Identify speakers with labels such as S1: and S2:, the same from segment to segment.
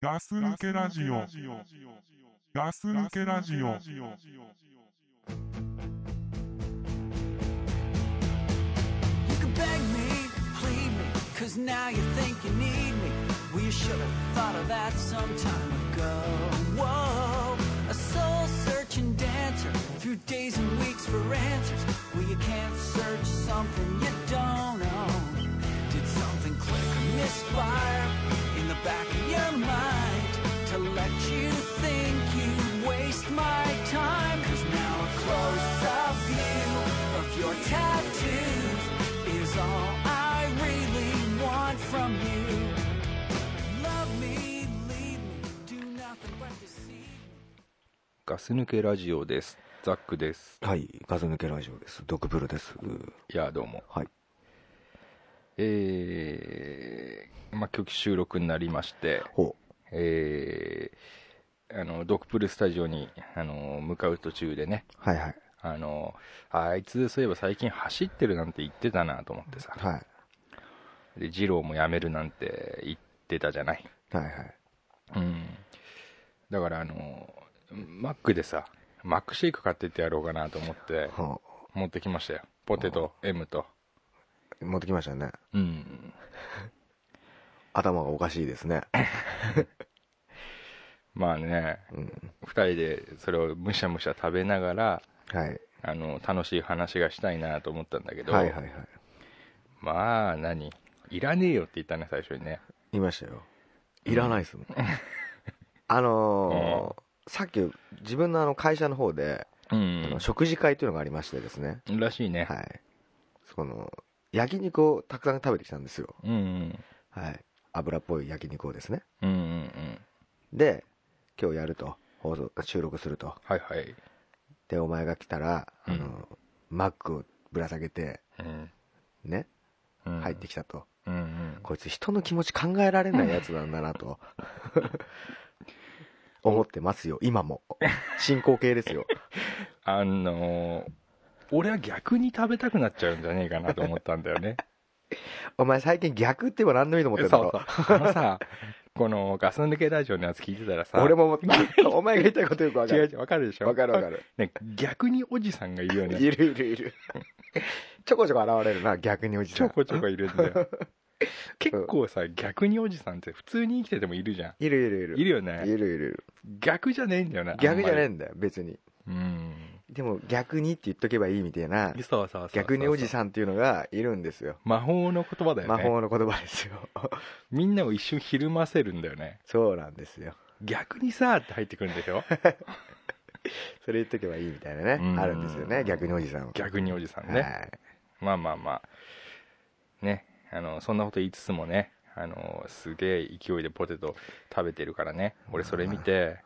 S1: ガス抜けラジオ。ガス抜けラジオ。
S2: You can beg me, plead me, cause now you think you need me. Well, you should have thought of that some time ago. Whoa, a soul searching dancer through days and weeks for answers. Well, you can't search something you don't own. Did something click or misfire in the back of your mind to let you think you waste my time? Cause now a close up view of your tattoos is all I really want from you. Love me, lead me, do nothing but deceive me.
S3: ガス抜けラジオです。ザックです。
S4: はい、ガス抜けラジオです。ドクブルです。
S3: いや、どうも。
S4: はい。
S3: えー、まあ、今日収録になりまして、
S4: ほ
S3: えー、あの、ドクプルスタジオに、あの、向かう途中でね、
S4: う。はいはい。
S3: あの、あいつ、そういえば最近走ってるなんて言ってたなと思ってさ、
S4: はい。
S3: で、ジローも辞めるなんて言ってたじゃない。
S4: はいはい。
S3: うん。だから、あの、マックでさ、マックシェイク買ってってやろうかなと思って、
S4: は
S3: 持ってきましたよ。ポテト、M と。
S4: あ、持ってきましたね。
S3: うん。
S4: 頭がおかしいですね。
S3: まあね、
S4: うん。
S3: 2人でそれをむしゃむしゃ食べながら
S4: はい。
S3: あの楽しい話がしたいなと思ったんだけど、
S4: はいはいはい。
S3: まあ何いらねえよって言ったね最初にね
S4: 言いましたよ。いらないですもん。 あのー、さっき自分のあの会社の方で、
S3: う
S4: あの
S3: ん
S4: 食事会というのがありましてですね。
S3: らしいね、
S4: はい。その、焼肉をたくさん食べてきたんですよ。
S3: うんうん
S4: はい。油っぽい焼肉をですね。
S3: うんうんうん
S4: で、今日やると。放送、収録すると。
S3: はいはい、
S4: でお前が来たら、あのマックをぶら下げて
S3: うん
S4: ね
S3: うん、
S4: 入ってきたと、
S3: うんうん
S4: こいつ人の気持ち考えられないやつなんだ なと思ってますよ今も進行形ですよ
S3: あのー俺は逆に食べたくなっちゃうんじゃねえかなと思ったんだよね
S4: お前最近逆って言えば何でもいいと 思って
S3: そ
S4: る
S3: うん
S4: だ
S3: そ
S4: ろ
S3: うあのさこのガス抜けラジオのやつ聞いてたらさ
S4: 俺も思っ たお前が言いたいことよくわか
S3: 違う
S4: る
S3: 違うわかるでしょ
S4: わかるわ かる
S3: ね、逆におじさんがいるよね
S4: いるいるいるちょこちょこ現れるな逆におじ
S3: ち
S4: さ
S3: ょ
S4: ん
S3: こちょこいるんだ よ結構さ逆におじさんって普通に生きててもいるじゃ
S4: いるいるい
S3: ん
S4: る
S3: いるよ
S4: いる
S3: ね
S4: いるいる
S3: 逆じゃねえんだよね
S4: 逆じゃねえ
S3: え
S4: んだよ別に
S3: うん
S4: でも逆にって言っとけばいいみたいな
S3: そうそうそう
S4: 逆におじ
S3: ん
S4: さんっていうのがいるんですよ
S3: 魔法の言葉だよ
S4: 魔
S3: ね
S4: 法の言葉ですよ
S3: みんなを一瞬ひるませるんだよね
S4: そうなんですよ
S3: 逆にさーって入ってくるんで しょ
S4: それ言っとけばいいみたいな
S3: うん
S4: ねあるんですよね逆におじさんは
S3: 逆におじさん
S4: は
S3: ね
S4: い
S3: まあまあまあねあのそんなこと言いつつもねあのすげえ勢いでポテト食べてるからね俺それ見て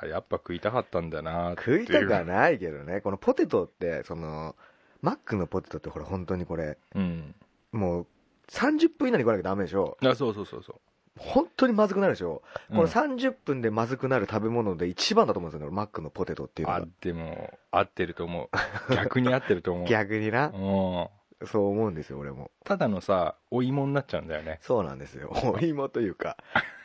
S3: あやっぱ食いたかったんだなーって
S4: 食いたくはいないけどねこのポテトってそのマックのポテトってこれ本当にこれ
S3: ううん
S4: もう30分以内に来なきゃダメでしょ
S3: あそうそうそうそう
S4: 本当にまずくなるでしょこ
S3: うん
S4: の30分でまずくなる食べ物で一番だと思うんですよねマックのポテトっていうの
S3: あ
S4: は
S3: でも合ってると思う逆に合ってると思う
S4: 逆に
S3: う
S4: な
S3: ん
S4: そう思うんですよ俺も
S3: ただのさお芋になっちゃうんだよね
S4: そうな んですよお芋というか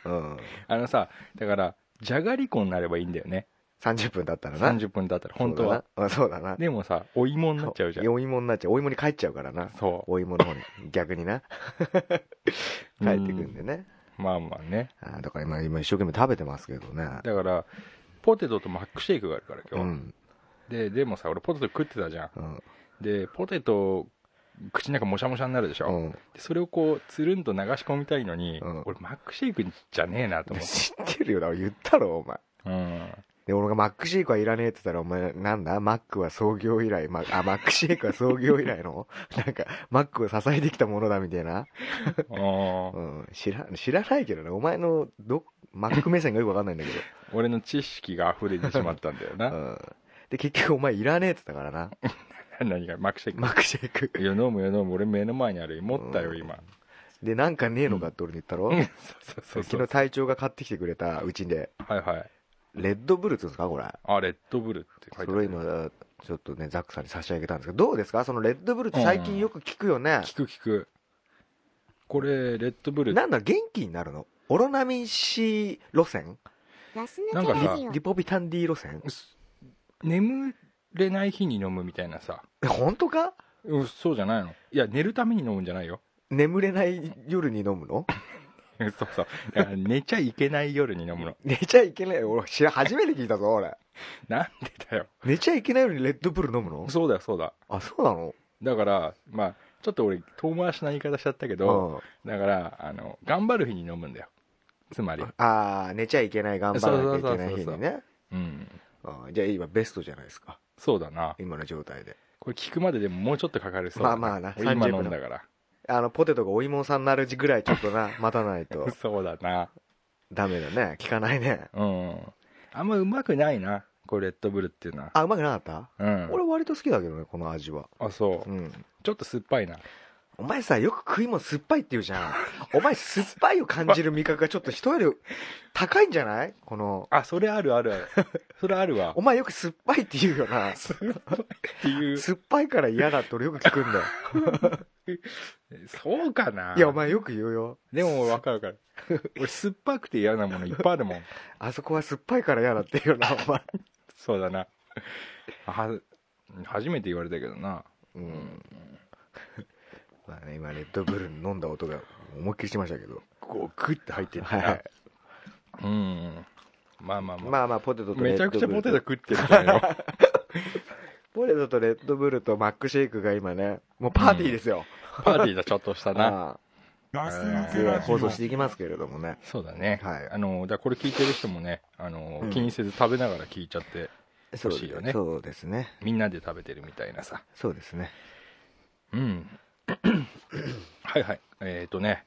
S4: うん
S3: あのさだからじゃがりこになればいいんだよね
S4: 30分だったらな
S3: 30分だったら本当は
S4: そうだなうんそうだな
S3: でもさお芋になっちゃうじゃん
S4: お芋になっちゃうお芋に帰っちゃうからな
S3: そ
S4: お芋の方に逆 にな帰ってくんでね
S3: うまあまあね
S4: あーだから今今一生懸命食べてますけどね
S3: だからポテトとマックシェイクがあるから
S4: う
S3: 今日、
S4: ん、
S3: ででもさ俺ポテト食ってたじゃん
S4: うん
S3: でポテト口の中もしゃもしゃになるでしょ、
S4: うん、
S3: でそれをこうつるんと流し込みたいのに、
S4: うん
S3: 俺マックシェイクじゃねえなと思って
S4: 知ってるよだから言ったろお前
S3: うん
S4: で俺がマックシェイクはいらねえって言ったらお前なんだマックは創業以来マあマックシェイクは創業以来 のなんかマックを支えてきたものだみたいな、
S3: うん
S4: うん、知ら知らないけどねお前のどマック目線がよくわかんないんだけど
S3: 俺の知識が溢れてしまったんだよ
S4: う
S3: な。
S4: んで結局お前いらねえって言ったからな
S3: 何が、マックシェイ
S4: マックシェイク
S3: ク。いや、飲むよ、飲む。俺目の前にあるよ。持ったよ、
S4: うん
S3: 今。
S4: でなんかねえのかって俺に言ったろ、
S3: うんそうそうそ
S4: 昨
S3: う
S4: 日。隊長が買ってきてくれたうちで
S3: はいはい。
S4: レッドブルっつうんですかこれ
S3: あ、レッドブルって書い
S4: そ
S3: てある
S4: れ。今ちょっとねザックさんに差し上げたんですけどどうですかそのレッドブルって最近よく聞くよね、
S3: 聞く聞く。これ、レッドブル。
S4: なんだ元気になるのオロナミン C 路線
S5: ラス
S3: な
S5: 抜
S3: ん
S5: け
S3: か
S5: ラ
S3: さ
S5: ジオ
S4: リポビタン D 路線
S3: す眠れない日に飲むみたいなさ
S4: え本当か
S3: うんそうじゃないのいや寝るために飲むんじゃないよ
S4: 眠れない夜に飲むの
S3: そうそうだから寝ちゃいけない夜に飲むの
S4: 寝ちゃいけない俺知ら初めて聞いたぞ俺
S3: なんでだよ
S4: 寝ちゃいけない夜にレッドブル飲むの
S3: そうだよそうだ
S4: あそうなの
S3: だからまあちょっと俺遠回しな言い方しちゃったけど、だからあの頑張る日に飲むんだよつまり
S4: うん、ああ寝ちゃいけない頑張らなきゃいけない
S3: そうそうそ
S4: 日
S3: うそう
S4: にね
S3: うん
S4: うんじゃあ今ベストじゃないですか
S3: そうだな
S4: 今の状態で
S3: これ聞くまででももうちょっとかかるそうだ、
S4: まあまあな
S3: 俺今
S4: 30
S3: 飲んだから
S4: あのポテトがお芋さんになる時ぐらいちょっ とな待たないと
S3: そうだな
S4: ダメだね効かないね
S3: うんあんまうまくないなこれレッドブルっていうのは
S4: あうまくなかっ
S3: う
S4: た、
S3: ん
S4: 俺割と好きだけどねこの味は
S3: あそううんちょっと酸っぱいな
S4: お前さよく食い物酸っぱいって言うじゃんお前酸っぱいを感じる味覚がちょっと人より高いんじゃないこの
S3: あそれあるあ るあるそれあるわ
S4: お前よく酸っぱいって言うよ な
S3: 酸っぱいっていう
S4: 酸っぱいから嫌だって俺よく聞くんだよ
S3: そうかない
S4: やお前よく言うよ
S3: でも分かる分かる俺酸っぱくて嫌なものいっぱいあるもん
S4: あそこは酸っぱいから嫌だって言うよなお前
S3: そうだなは初めて言われたけどな
S4: うんまあね今レッドブル飲んだ音が思いっきりしましたけど
S3: こうグッて入ってる
S4: はいはい
S3: うんまあまあまあ、
S4: まあまあポテトとレ
S3: め
S4: ッ
S3: ち
S4: ド
S3: ゃく
S4: ブル
S3: ち
S4: と
S3: ゃポテト食ってるじゃんよ
S4: ポテトとレッドブルとマックシェイクが今ねもうパーティーですよ、
S3: パーティーだちょっとしたな
S4: あ
S1: ガス抜
S4: あ
S1: け
S4: で
S1: ラ
S4: は
S1: ジオ
S4: 放送していきますけれどもね
S3: そうだね、
S4: はい
S3: あのだからこれ聞いてる人もねあの、
S4: うん
S3: 気にせず食べながら聞いちゃって
S4: そう
S3: 欲しいよね
S4: そうですね
S3: みんなで食べてるみたいなさ
S4: そうですね
S3: うん はいはいえっ、ー、とね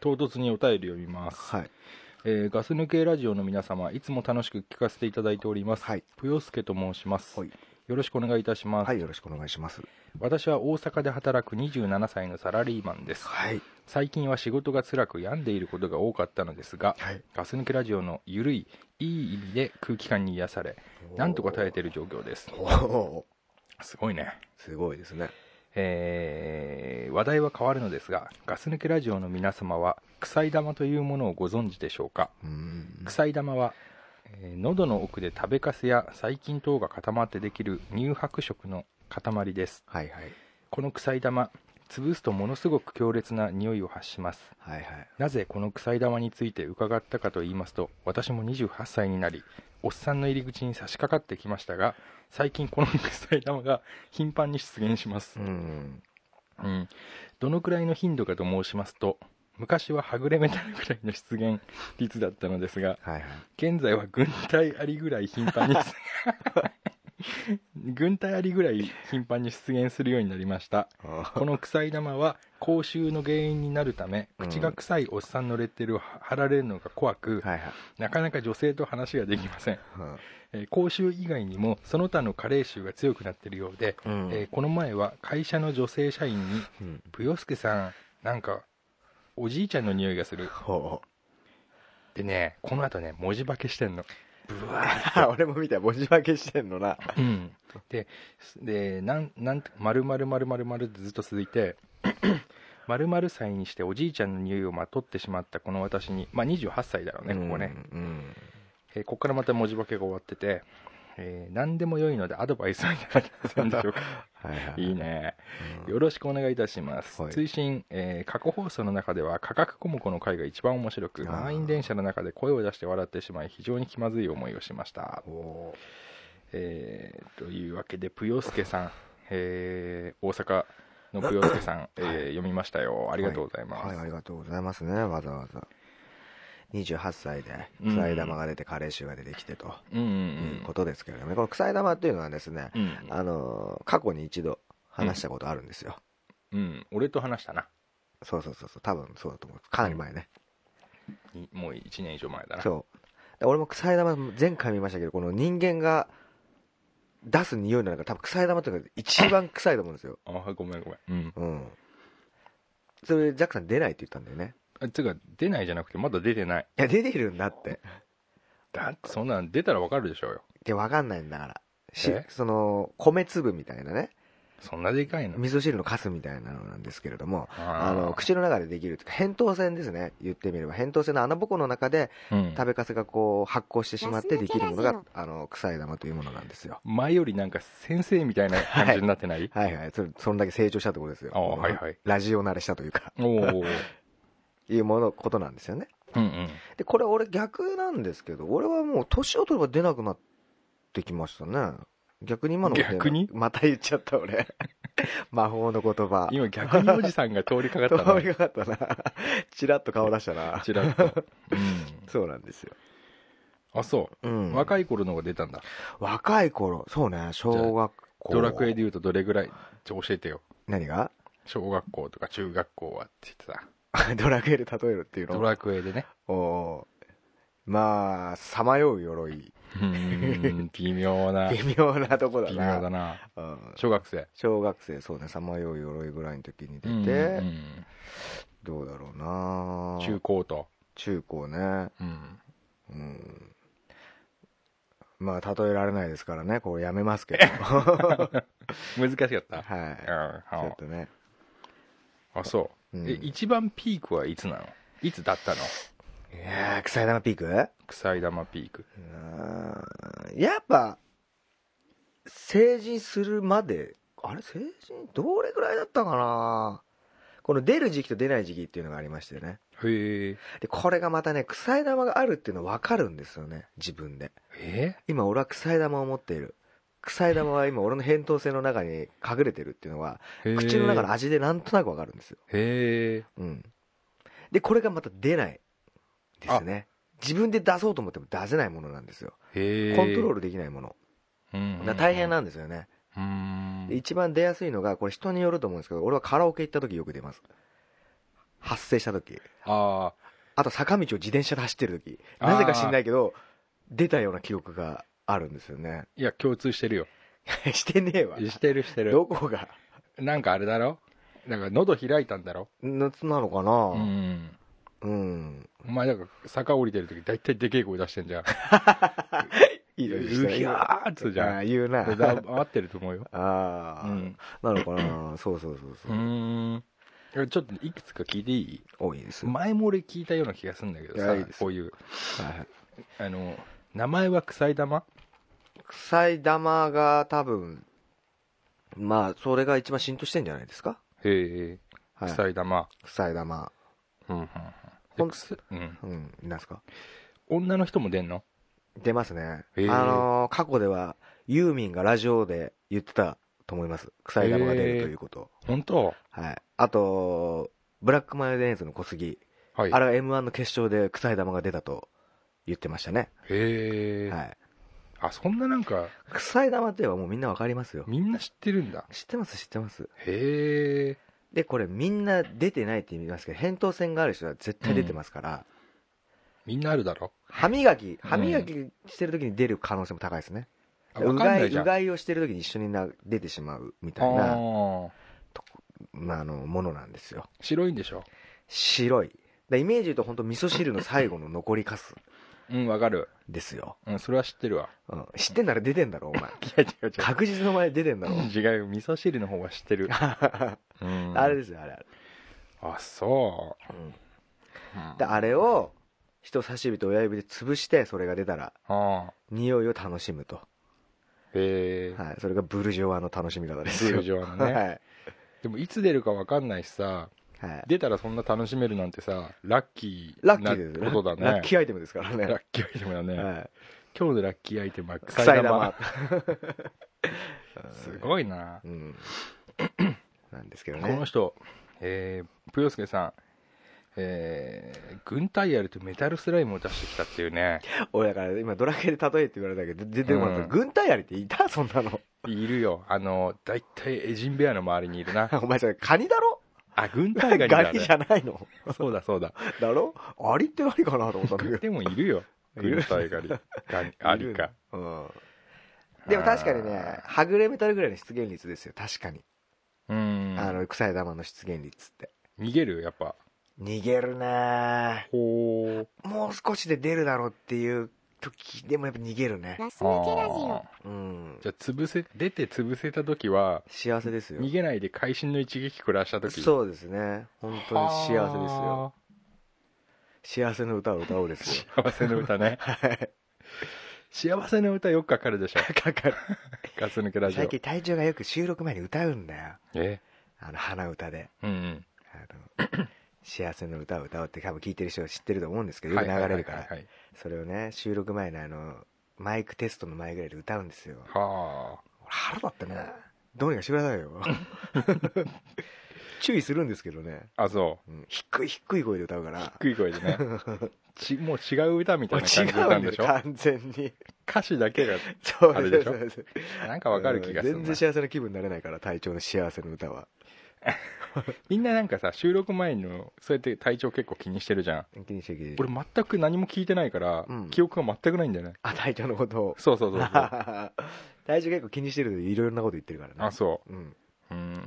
S3: 唐突にお便り読みます
S4: はい
S3: えーガス抜けラジオの皆様いつも楽しく聞かせていただいております、
S4: はい
S3: ぷよすけと申します、
S4: はい
S3: よろしくお願いいたします、
S4: はいよろしくお願いします
S3: 私は大阪で働く27歳のサラリーマンです、
S4: はい
S3: 最近は仕事が辛く病んでいることが多かったのですが、
S4: はい
S3: ガス抜けラジオのゆるいいい意味で空気感に癒されなんとか耐えている状況です
S4: おお
S3: すごいね
S4: すごいですね
S3: えー話題は変わるのですがガス抜けラジオの皆様は臭い玉というものをご存知でしょうか
S4: うん
S3: 臭い玉は、えー喉の奥で食べかすや細菌等が固まってできる乳白色の塊です
S4: はいはい
S3: この臭い玉潰すとものすごく強烈な匂いを発します
S4: はいはい
S3: なぜこの臭い玉について伺ったかと言いますと私も28歳になりおっさんの入り口に差し掛かってきましたが最近この臭い玉が頻繁に出現します
S4: う、ん
S3: うん、どのくらいの頻度かと申しますと昔ははぐれめたいくらいの出現率だったのですが
S4: はいはい
S3: 現在は軍隊ありぐらい頻繁 に軍隊ありぐらい頻繁に出現するようになりました この臭い玉は口臭の原因になるため
S4: うん
S3: 口が臭いおっさんのレッテルを貼られるのが怖く、
S4: はいはい
S3: なかなか女性と話ができません、
S4: うん
S3: えー口臭以外にもその他の加齢臭が強くなっているようで、
S4: うん
S3: えーこの前は会社の女性社員に
S4: うん
S3: 「ぷよすけさんなんかおじいちゃんの匂いがする
S4: ほ」
S3: でねこの後ね文字化けしてんの
S4: うわー 俺も見た文字化けしてんのな
S3: うん、で、すで、なん、なんて、まるまるまるまるまるってずっと続いて。 まるまる歳にしておじいちゃんの匂いをまとってしまったこの私に、まあ、28歳だろうね、ここね、
S4: うん
S3: えーここからまた文字化けが終わってて、えー何でも良いのでアドバイスをいただけませんで しょうか
S4: はいはい
S3: いいね
S4: うん
S3: よろしくお願いいたします、
S4: はい
S3: 追伸、えー過去放送の中では価格コモコの回が一番面白く
S4: あー
S3: 満員電車の中で声を出して笑ってしまい非常に気まずい思いをしました
S4: おー
S3: えーというわけで、ぷよすけさん、えー大阪のぷよすけさん、えー読みましたよ。ありがとうございます。
S4: はい、ありがとうございますね、わざわざ。28歳で、
S3: うん
S4: 臭い玉が出て、加齢臭が出てきてと、
S3: うんうん
S4: いうことですけれどもね、この臭い玉っていうのはですね、
S3: うん。うん
S4: あのー過去に一度話したことあるんですよ。
S3: うん、俺と話したな。
S4: そうそうそうそう、多分そうだと思う。かなり前ね。
S3: いもう1年以上前だな。
S4: そう。で俺も臭い玉、前回見ましたけど、この人間が出す匂いの中、多分臭い玉っていうのが一番臭いと思うんですよ。
S3: あーごめんごめん。うん
S4: うん。それ、ジャックさん出ないって言ったんだよね。
S3: あ。つうか、出ないじゃなくて、まだ出てない。
S4: いや、出てるんだって。
S3: だって、そんなん出たらわかるでしょうよ。
S4: で、わかんないんだから。し
S3: え
S4: その、米粒みたいなね。
S3: そんなでかいの
S4: 味噌汁のカスみたいなのなんですけれども、
S3: あ
S4: あの、口の中でできるというか、扁桃腺ですね。言ってみれば、扁桃腺の穴ぼこの中で、
S3: うん
S4: 食べかすがこう、発酵してしまってできるもの
S5: ガス抜
S4: が
S5: け、
S4: あの、臭い玉というものなんですよ。
S3: 前よりなんか先生みたいな感じになってない、
S4: はいはい。それ、 そんだけ成長したってことですよ。
S3: あーはいはい
S4: ラジオ慣れしたというか、
S3: おお ー
S4: いうもの、ことなんですよね。
S3: うんうん
S4: で、これ俺逆なんですけど、俺はもう年を取れば出なくなってきましたね。逆に今のも出ない
S3: 逆に
S4: また言っちゃった俺。 魔法の言葉。
S3: 今逆におじさんが通りかかった
S4: 通
S3: な
S4: りかかったな。チラッと顔出したな。
S3: ちらっと、うん、
S4: そうなんですよ。
S3: あそうう、
S4: ん。
S3: 若い頃のが出たんだ
S4: 若い頃、そうね、小学校。
S3: ドラクエで言うとどれぐらいちょ教えてよ
S4: 何が
S3: 小学校とか中学校はって言ってた
S4: ドラクエで例えるっていう
S3: ド
S4: の
S3: ラクエでね
S4: おーまあ、さまよう鎧。
S3: うーん 微妙な微
S4: 微妙なとこだ
S3: 妙
S4: な。
S3: だな
S4: うん
S3: 小学生
S4: 小学生、そうね、さまよう鎧ぐらいの時に出て、
S3: うん
S4: どうだろうな
S3: 中高と、
S4: 中高ね。
S3: うん、
S4: うん。まあ、例えられないですからね、これやめま すけど。
S3: 難しかった、
S4: はい。
S3: うん
S4: ちょ
S3: あ
S4: っとね。
S3: あそう、
S4: うん
S3: え一番ピークはいつなのいつだったの
S4: いやー、臭い玉ピーク
S3: 臭い玉ピーク
S4: うーんやっぱ、成人するまで、あれ成人どれぐらいだったかなこの出る時期と出ない時期っていうのがありましてね。
S3: へえ
S4: で、これがまたね、臭い玉があるっていうの分かるんですよね、自分で。
S3: え
S4: 今俺は臭い玉を持っている。臭い玉は今俺の扁桃腺の中に隠れてるっていうのは、
S3: へえ
S4: 口の中の味でなんとなく分かるんですよ。
S3: へえ
S4: うん。で、これがまた出ないですね。自分で出そうと思っても出せないものなんですよ。
S3: へえ
S4: コントロー
S3: ル、
S4: ルできないもの。
S3: うんうんうん
S4: だから大変なんですよね、
S3: うーん
S4: で一番出やすいのがこれ人によると思うんですけど俺はカラオケ行った時よく出ます発生した時
S3: あ
S4: あと坂道を自転車で走ってる時なぜか知んないけど出たような記憶があるんですよね
S3: ーいや共通してるよ
S4: してねえわ
S3: してるしてる
S4: どこが
S3: なんかあれだろなんか喉開いたんだろ
S4: 夏なのか
S3: う
S4: なんうん、
S3: お前なんか坂降りてる時大体でけえ声出してんじゃん
S4: いいの
S3: う
S4: にしたらいい
S3: ひ
S4: のに
S3: ゃーっつうじゃ
S4: あ
S3: ん
S4: ー言うな
S3: だ合ってると思うよ
S4: あ
S3: う
S4: あ、
S3: ん
S4: なのかなそうそうそう
S3: う
S4: そう、
S3: ーんいやちょっといくつか聞いていい
S4: 多いです、
S3: 前も俺聞いたような気がするんだけど
S4: いや
S3: さ
S4: いいです
S3: こういう
S4: はいはい
S3: あの名前は臭い玉
S4: 臭い玉が多分まあそれが一番浸透してんじゃないですか
S3: へえ
S4: はい
S3: 臭い玉
S4: 臭い玉。
S3: うんうんうん
S4: ほん
S3: でくすうん
S4: うん、なんすか
S3: 女の人も出んの
S4: 出ますね。
S3: へー
S4: あのー過去では、ユーミンがラジオで言ってたと思います。臭い玉が出るということ。
S3: 本当
S4: はい。あと、ブラックマヨネーズの小杉。
S3: はい
S4: あれは M1 の決勝で臭い玉が出たと言ってましたね。
S3: へえ
S4: はい。
S3: あそんななんか
S4: 臭い玉って言えばもうみんなわかりますよ。
S3: みんな知ってるんだ
S4: 知ってます、知ってます。
S3: へえ
S4: で、これみんな出てないって言いますけど、扁桃腺がある人は絶対出てますから、
S3: みんなあるだろ
S4: 歯磨き、歯磨きしてる時に出る可能性も高いですね。
S3: あ
S4: う
S3: わ
S4: が
S3: かん
S4: い
S3: ないじゃ
S4: うん
S3: あ
S4: がいをしてる時に一緒にな出てしまうみたいな、
S3: ー
S4: まあ、あのものなんですよ
S3: 白いんでしょ
S4: 白いでイメージ言うと本当味噌汁の最後の残りかす
S3: うんわかる
S4: ですよ、
S3: うんそれは知ってるわ
S4: うん、知ってんなら出てんだろ お
S3: い
S4: 前
S3: や違う違
S4: 確実の前出てん だろ
S3: う違うよ味噌汁の方は知ってるうん
S4: あれですよあれあれ、
S3: あそう
S4: うん
S3: うん
S4: であれを人差し指と親指で潰してそれが出たら
S3: ああ
S4: 匂いを楽しむと、
S3: へえ
S4: はい、それがブルジョワの楽しみ方ですよ
S3: 通常のね
S4: はい、
S3: でもいつ出るかわかんないしさ
S4: はい、
S3: 出たらそんな楽しめるなんてさラッキー
S4: ラッキーです
S3: なことだね
S4: ラッキーアイテムですからね
S3: ラッキーアイテムだね、
S4: はい、
S3: 今日のラッキーアイテムは臭い
S4: 臭
S3: 玉
S4: い玉
S3: すごいな、
S4: うん、なんですけど
S3: この
S4: ね。
S3: 人えー、プヨスケさんえー、軍隊やるとメタルスライムを出してきたっていうね
S4: 俺だから今ドラケンで例えって言われたけど、全然ま
S3: う
S4: た
S3: ん
S4: 軍隊やりっていたそ んなの。
S3: いるよあの大体エジンベアの周りにいる な
S4: お前それカニだろ
S3: あ軍
S4: ガ
S3: 隊がいるんだ
S4: ニ
S3: ね
S4: じゃないの。
S3: そうだそうだ
S4: だろアリって何かなと思ったんだけど。
S3: でもいるよ
S4: いる
S3: 軍隊狩りガニありか。
S4: うん。でも確かにね、はぐれメタルぐらいの出現率ですよ、確かに。
S3: うん
S4: あの、臭い玉の出現率って。
S3: 逃げるやっぱ
S4: 逃げるね
S3: ほう
S4: もう少しで出るだろうっていう時でもやっぱ逃げるね
S5: ラス
S3: あ
S5: 抜けラジオ
S3: ー
S4: うん
S3: じゃあ潰せ出て潰せた時は
S4: 幸せですよ
S3: 逃げないで会心の一撃食らわした時
S4: そうですね本当に幸せですよ
S3: は
S4: 幸せの歌を歌おうですよ
S3: あ幸せの歌ね
S4: はい
S3: 幸せの歌よくかかるでしょ
S4: かかる
S3: ガス抜けラジオ
S4: 最近体調がよく収録前に歌うんだよ
S3: え
S4: あの鼻歌で
S3: うん
S4: あの 幸せの歌を歌おうって多分聞いてる人は知ってると思うんですけ
S3: う
S4: ど
S3: ん
S4: よく流れるか
S3: はい
S4: ら
S3: はいはい
S4: それをね収録前のあのマイクテストの前ぐらいで歌うんですよ
S3: はいは
S4: 腹立ったねどうにかしてくださいよ 注意するんですけどね、
S3: ああそ
S4: うん低い低い声で歌うか
S3: う
S4: ら
S3: 低い声で ねちもう違う歌みたいな
S4: 違
S3: 感じで歌う
S4: うんん
S3: で
S4: で
S3: し
S4: し
S3: ょ
S4: ょ完全に
S3: 歌詞だけが
S4: そう
S3: あれでしょ
S4: そうそう
S3: なんかわかる気がするな
S4: 全然幸せな気分になれないから隊長の幸せの歌は
S3: みんななんかさ収録前のそうやって体調結構気にしてるじゃん
S4: 気にして気にして
S3: 俺全く何も聞いてないから、
S4: うん
S3: 記憶が全くないんだよね
S4: あ隊長のことを
S3: そうそうそうそう
S4: 体重結構気にしてるといろいろなこと言ってるからね、
S3: あそう
S4: ん、
S3: ううーん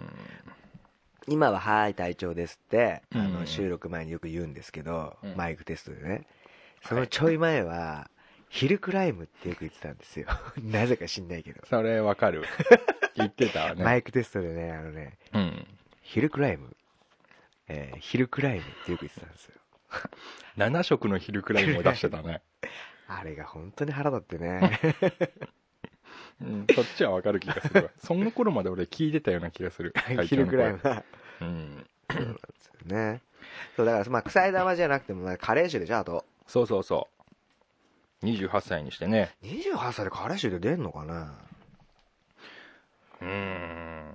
S4: 今は「はーい体調です」って、あ
S3: う
S4: の
S3: ん
S4: 収録前によく言うんですけど、
S3: うん
S4: マイクテストでねそのちょい前は「ヒルクライム」ってよく言ってたんですよ なぜか知んないけど、
S3: それわ かる言ってたわね、
S4: マイクテストでねあのね
S3: うん
S4: 「ヒルクライム」えーヒルクライム」ってよく言ってたんですよ
S3: 7色の昼くらいも出してたね、
S4: あれが本当に腹立って ね
S3: うん、そっちはわかる気がする わその頃まで俺聞いてたような気がする
S4: ヒルクライム
S3: 体調の
S4: は
S3: 声うん
S4: ねそうだからまあ臭い玉じゃなくてもまあ加齢臭でしょあと
S3: そうそうそう28歳にしてね
S4: 28歳で加齢臭で出んのかな
S3: うーん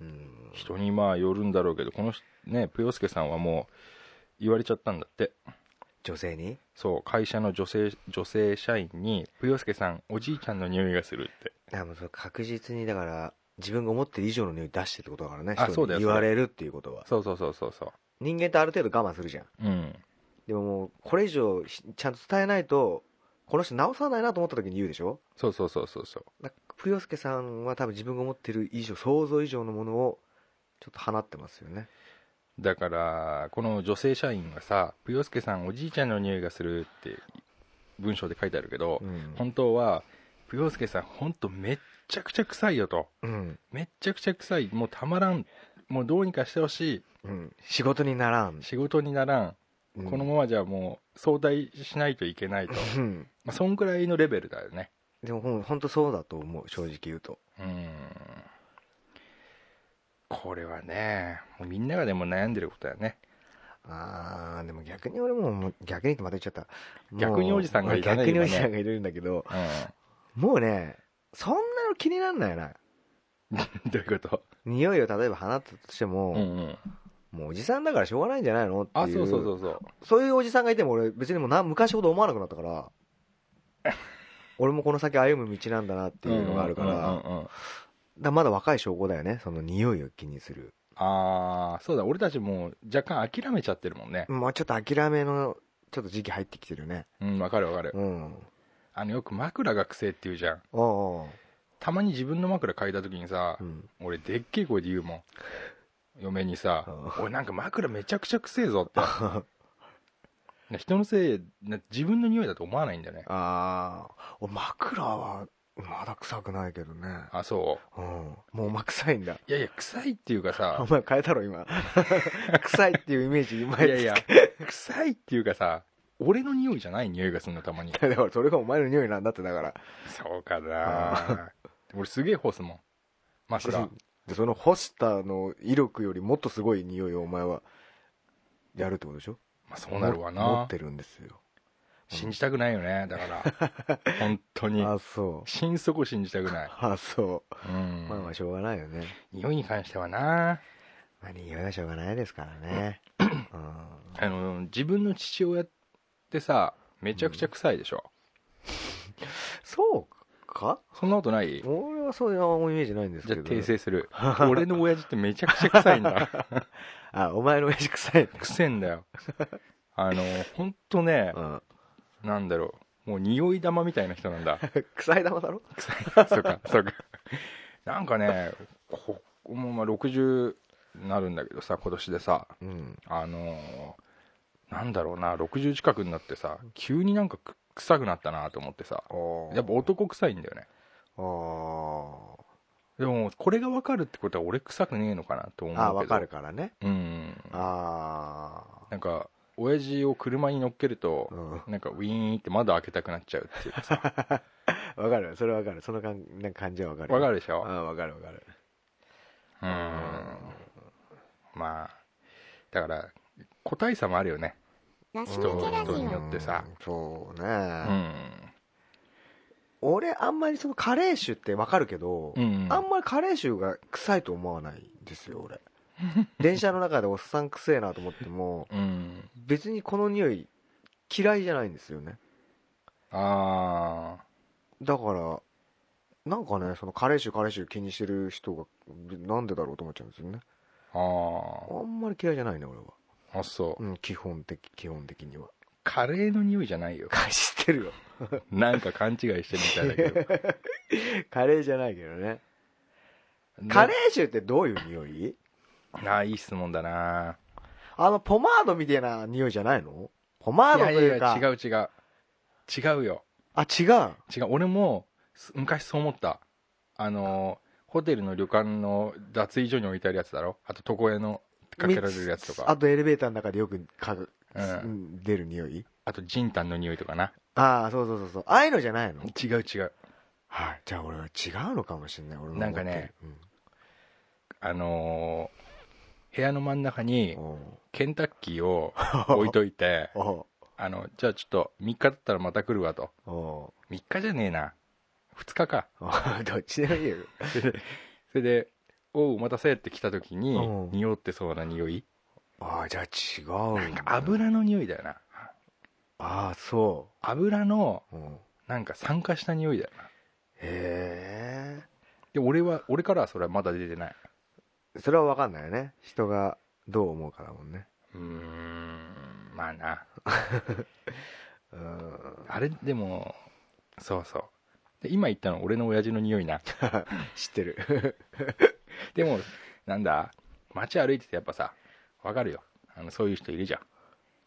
S4: うん
S3: 人にまあよるんだろうけどこの人ねぷよすけさんはもう言われちゃったんだって
S4: 女性に
S3: そう会社の女性女性社員に「ぷよすけさんおじいちゃんの匂いがする」って
S4: あもうそれ確実にだから自分が思ってる以上の匂い出してるってことだからね
S3: あそ
S4: 人
S3: うだ
S4: に
S3: よ
S4: 言われるっていうことは
S3: そうそうそうそうそ
S4: 人間ってある程度我慢するじゃん
S3: ううん
S4: でももうこれ以上しちゃんと伝えないとこの人直さないなと思った時に言うでしょ
S3: そうそうそうそうそう
S4: だぷよすけさんは多分自分が思ってる以上想像以上のものをちょっと放ってますよね
S3: だからこの女性社員がさ「ぷよすけさんおじいちゃんの匂いがする」って文章で書いてあるけど、
S4: うん
S3: 本当は「ぷよすけさん本当めっちゃくちゃ臭いよ」と
S4: うん、
S3: 「めっちゃくちゃ臭いもうたまらんもうどうにかしてほし
S4: うん、仕事にならん
S3: い仕事にならん、このままじゃもう早退しないといけ ないと」
S4: うん
S3: まあそんくらいのレベルだよね
S4: でもほん本当そうだと思う正直言うと
S3: うーんこれはねもうみんながでも悩んでることだよね
S4: あーでも逆に俺ももう逆にってまた言っちゃったもう
S3: 逆におじさんがいらないよね
S4: 逆におじさんがいるんだけど
S3: う
S4: もうねそんなの気になんないな。
S3: んどういうこと
S4: 匂いを例えば放ったとして
S3: う
S4: も、
S3: んうん
S4: もうおじさんだからしょうがないんじゃないのっていう
S3: あそうそうそうそう
S4: そういうおじさんがいても俺別にもうな昔ほど思わなくなったから 俺もこの先歩む道なんだなっていうのがあるから,、
S3: うんうん
S4: だか
S3: うんうん
S4: らまだ若い証拠だよねその匂いを気にする
S3: ああそうだ俺たちもう若干諦めちゃってるもんね
S4: もうちょっと諦めのちょっと時期入ってきてるよね
S3: うんわかるわかる
S4: うん
S3: あのよく枕が癖っていうじゃん
S4: おうおう
S3: たまに自分の枕嗅いだ時にさ、
S4: うん
S3: 俺でっけえ声で言うもん嫁にさ
S4: あ
S3: 「俺なんか枕めちゃくちゃくせえぞ」ってね人のせいな自分の匂いだと思わないんだよね
S4: ああ俺枕はまだ臭くないけどね
S3: あそう
S4: うんもうお前臭いんだ
S3: いやいや、臭いっていうか
S4: お
S3: さ、
S4: 前変えた ろ今臭いっていうイメージ今
S3: いやいや、臭いっていうかさ、俺の匂いじゃない匂いがするの、たまに。
S4: だ からそれがお前の匂いなんだってだから
S3: そうかな俺すげえ干すもん。枕。
S4: でその干したの威力よりもっとすごい匂いをお前はやるってことでしょ
S3: まあ、そうなるわ
S4: も持っ
S3: な
S4: てるんですよ
S3: 信じたくないよね、だ から。本当に。
S4: あ そう
S3: 心底信じたくない。
S4: あそううまあま
S3: ん。
S4: あしょうがないよね
S3: 匂いに関してはな
S4: まあ匂いはしょうがないですから ねうん
S3: あの、自分の父親ってさ、めちゃくちゃ臭いでしょ。
S4: そうか
S3: そんなことない
S4: 俺はそういうイメージないんです
S3: じ
S4: け
S3: ゃあ
S4: ど
S3: 訂正する。俺の親父ってめちゃくちゃ臭いんだ。
S4: あお前の親父臭いんだ
S3: くせえんだよあの本当ね
S4: う、ん
S3: なんだろうもう匂い玉みたいな人なんだ
S4: 臭い玉だろ
S3: 臭いそうかそうかなんかねここもまあ60なるんだけどさ今年でさ
S4: うん
S3: あのなんだろうな60近くになってさ急になんかく臭くなったなと思ってさやっぱ男臭いんだよね
S4: あー
S3: でもこれが分かるってことは俺臭くねえのかなと思うけど
S4: あーわかるからね
S3: うん
S4: ああ
S3: なんか親父を車に乗っけると、
S4: うんわ
S3: なんかウィーンって窓開けたくなっちゃうっていう かさ
S4: かるそれわかるその感なんか感じはわかる
S3: 分か
S4: る
S3: るでしょ
S4: わかるわかる
S3: うんまあだから個体差もあるよね
S5: ラス
S3: 人
S5: カルキャラ
S3: 人
S5: ジ
S3: に
S5: オ
S3: よってさ
S4: うんそ
S3: う
S4: うね
S3: ん
S4: 俺あんまりそのカレー臭ってわかるけど
S3: うん
S4: あんまりカレー臭が臭いと思わないんですよ俺電車の中でおっさんくせえなと思っても
S3: うん
S4: 別にこの匂い嫌いじゃないんですよね
S3: ああ
S4: だからなんかねそのカレー臭カレー臭気にしてる人がなんでだろうと思っちゃうんですよね
S3: あ
S4: あんまり嫌いじゃないね俺は
S3: ああそう
S4: うん基本的基本的には
S3: カレーの匂いじゃないよ
S4: 知ってるよ
S3: なんか勘違いしてるみたいだけど
S4: カレーじゃないけどねカレー臭ってどういう匂い
S3: なあいい質問だな
S4: あのポマードみたいな匂いじゃないのポマードというか
S3: 違う違う違うよ
S4: あ違う
S3: 違う俺もす昔そう思ったあのーホテルの旅館の脱衣所に置いてあるやつだろあと床屋のかけられるやつとか
S4: あとエレベーターの中でよく嗅ぐ、
S3: うん
S4: うん出る匂い
S3: あとジンタンの匂いとかな
S4: ああそうそうそうそうああいうのじゃないの
S3: 違う違う
S4: はいじゃあ俺は違うのかもしれない俺の
S3: なんかね
S4: 思って
S3: あのー部屋の真ん中
S4: る、
S3: に
S4: うん、
S3: ケンタッキー を置いといて
S4: おう
S3: あのじゃあちょっと3日経ったらまた来るわと
S4: おお
S3: 3日じゃねえな2日か
S4: う どっちでもいいよ
S3: それで「おうまたせ」って来た時に
S4: うん
S3: 匂ってそうな匂い
S4: ああじゃあ違う
S3: なん
S4: んだ
S3: か油の匂いだよな
S4: ああそ
S3: 油の
S4: う、うん、
S3: なんか酸化した匂いだよな
S4: へ
S3: で俺は俺からはそれはまだ出てない
S4: えそれは分かんないよね人がどう思うかだもんね
S3: うーんまあな
S4: うん
S3: あれでもそうそうで今言ったの俺の親父の匂いな
S4: 知ってる
S3: でもなんだ街歩いててやっぱさわかるよあのそういう人いるじゃん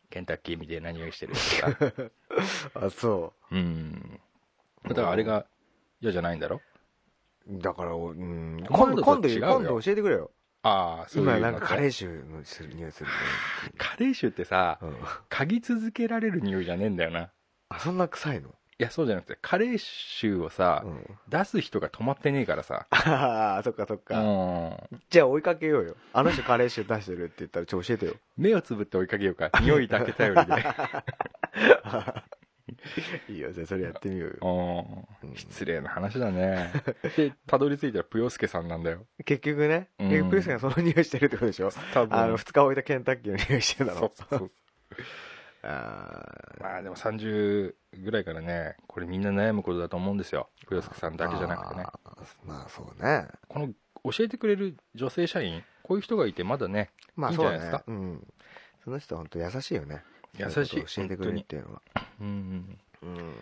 S3: ケンタッキーみたいな匂いしてる人さ
S4: あそう
S3: ーんだからあれが嫌じゃないんだろ
S4: うだからおうん
S3: ポマ
S4: 今
S3: ー
S4: 度
S3: ド
S4: 今
S3: と
S4: 度
S3: 違うよ
S4: 今度教えてくれよ
S3: ああそういう
S4: 今
S3: の
S4: なんかカレ
S3: ー
S4: ー臭のする匂いする
S3: カレー臭ってさ
S4: ね、うん、
S3: 嗅ぎ続けられる匂いじゃねえんだよない
S4: あそんな臭いの、
S3: やそうじゃなくてカレー臭をさ、
S4: うん、
S3: 出す人が止まってねえからさ
S4: ああそっかそっ
S3: う
S4: か、
S3: ん
S4: じゃあ追いかけようよあの人カレー臭出してるって言ったらちょ教えてよ
S3: 目をつぶって追いかけようか匂いだけ頼りで
S4: いいよじゃあそれやってみようよ
S3: うん失礼な話だ ねでたどり着いたらプヨスケさんなんだよ
S4: 結局ね、
S3: うん
S4: 結局クリスがその匂いしてるってことでしょ
S3: 多分
S4: あの2日置いたケンタッキーの匂いしてんだ
S3: そ
S4: ろ
S3: うそうそう
S4: あ
S3: まあでも30ぐらいからねこれみんな悩むことだと思うんですよプヨスケさんだけじゃなくてね
S4: あーまあそうね
S3: この教えてくれる女性社員こういう人がいてまだね
S4: まあ
S3: いいん
S4: そ
S3: じゃ
S4: う
S3: な
S4: だね
S3: いですか
S4: うん、その人は本当優しいよね
S3: 優しい
S4: そううことを教えてくれるっていうのは
S3: うん
S4: うん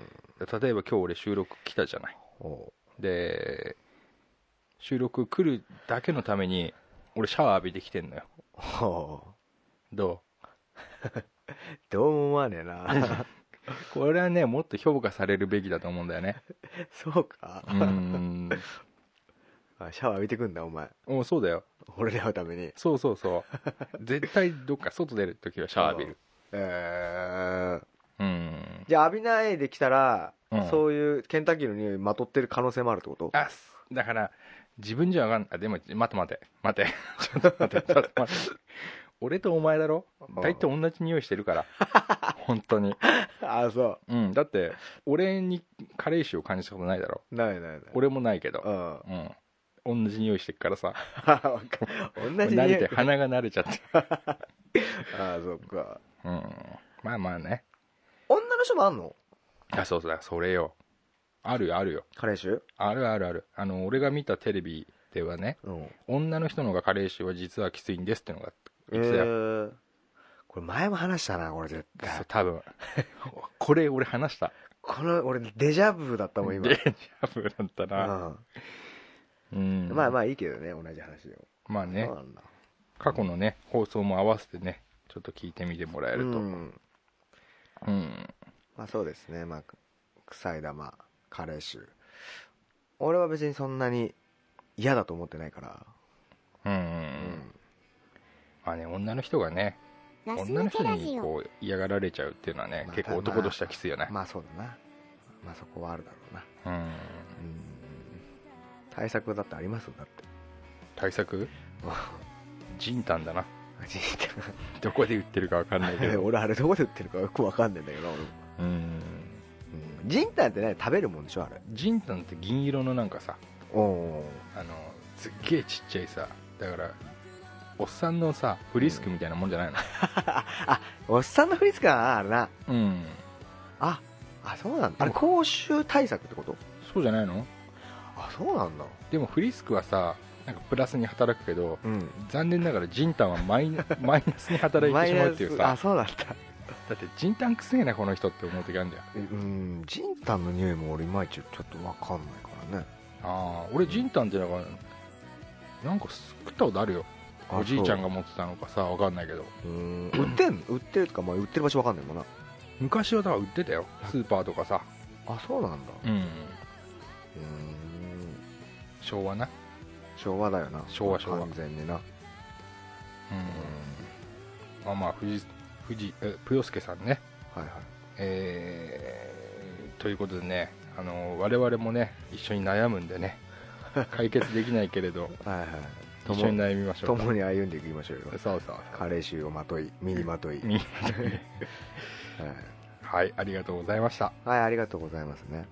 S3: 例えば今日俺収録来たじゃない
S4: おう
S3: で収録来るだけのために俺シャワー浴びてきてんのよ
S4: おう
S3: どう
S4: どうも思わねえな
S3: これはねもっと評価されるべきだと思うんだよね
S4: そうか
S3: うーん
S4: あシャワー浴びてくんだお前
S3: おそうだよ
S4: 俺らのために
S3: そうそうそう絶対どっか外出るときはシャワー浴びる
S4: えー、
S3: うん
S4: じゃあ浴びないで来たら、
S3: うん
S4: そういうケンタッキーの匂いまとってる可能性もあるってこと
S3: あすだから自分じゃわかんないでも待って待て待てちょっと待ってちょっと待って俺とお前だろ大体同じ匂いしてるから本当に
S4: あそ
S3: うんだって俺に加齢臭を感じたことないだろ
S4: うないないない
S3: 俺もないけど
S4: うん
S3: うん同じ匂いしてるからさ
S4: 同じ
S3: 慣
S4: 匂
S3: れ
S4: い
S3: て鼻が慣れちゃって
S4: あそっか
S3: うんまあまあね
S4: 女の人もあんの
S3: あそうそうだそれよあるよあるよ
S4: カレー臭
S3: あるあるあるあの俺が見たテレビではね
S4: うん
S3: 女の人の方が加齢臭は実はきついんですってのが
S4: え
S3: 言ってたよ、
S4: ー、これ前も話したなこれ絶
S3: そう
S4: 対
S3: 多分 これ俺話した
S4: この俺デジャブだったもん今
S3: デジャブだったなうん
S4: うん、まあまあいいけどね同じ話でも
S3: まあね
S4: そうなんだ
S3: 過去のね放送も合わせてねちょっと聞いてみてもらえ
S4: う
S3: ると。うん。
S4: んまあそうですねまあ臭い玉カレー臭俺は別にそんなに嫌だと思ってないから
S3: うんうんう。
S4: うん
S3: まあね、女の人がね、
S5: ラス
S3: 女
S5: の
S3: の
S5: テ
S3: 人
S5: ラジ
S3: に
S5: オ
S3: こう嫌がられちゃうっていうのはね、
S4: まあ
S3: 結構男としてはきついよね。
S4: まあそうだなまあそこはあるだろうな
S3: うん。
S4: うん対策だってありますだって
S3: 対策ジンタンだな。
S4: ジンタ
S3: どこで売ってるかわかんないけど。
S4: 俺あれどこで売ってるかよくわかんないんだけど俺も
S3: うん。
S4: うんジンタンってね食べるもんでしょあれ
S3: ジンタンって銀色のなんかさ、
S4: おお
S3: あの、すっげえちっちゃいさ、だから、おっさんのさ、フリスクみたいなもんじゃないの。
S4: おっさんのフリスクはあるな
S3: うん。
S4: ああそうなんだあれ口臭対策ってこと
S3: そうじゃないの
S4: あそうなんだ
S3: でもフリスクはさ、なんかプラスに働くけど、
S4: うん
S3: 残念ながらジンタンはマイナマイナスに働いてしまうっていう
S4: マイナスあ
S3: さ
S4: そうなんだ
S3: だってジンタンくせえなこの人って思う時あるんだよ
S4: うんジンタンの匂いも俺いまいちちょっとわかんないからね
S3: ああ俺ジンタンってなんかなんか食ったことあるよ
S4: あ
S3: おじいちゃん
S4: が
S3: が持ってたのかさわかんないけど
S4: うん売ってんの売ってるとか、まあ、売ってる場所わかんないもんな
S3: 昔はだから売ってた よスーパーとかさ
S4: あそうなんだ
S3: うん
S4: うん
S3: 昭和な
S4: 昭和だよな
S3: 昭和昭和
S4: 完全にな
S3: うん
S4: うん
S3: まあまあ藤藤えプヨスケさんね
S4: はいはい
S3: えーということでねあの我々もね一緒に悩むんで ね解決できないけれど
S4: はいはい
S3: 一緒に悩みましょうか
S4: 共に歩んでいきましょうよ
S3: そうそう
S4: 加齢臭をまとい身にまとい、はい
S3: みはい、ありがとうございました。
S4: はい、ありがとうございますね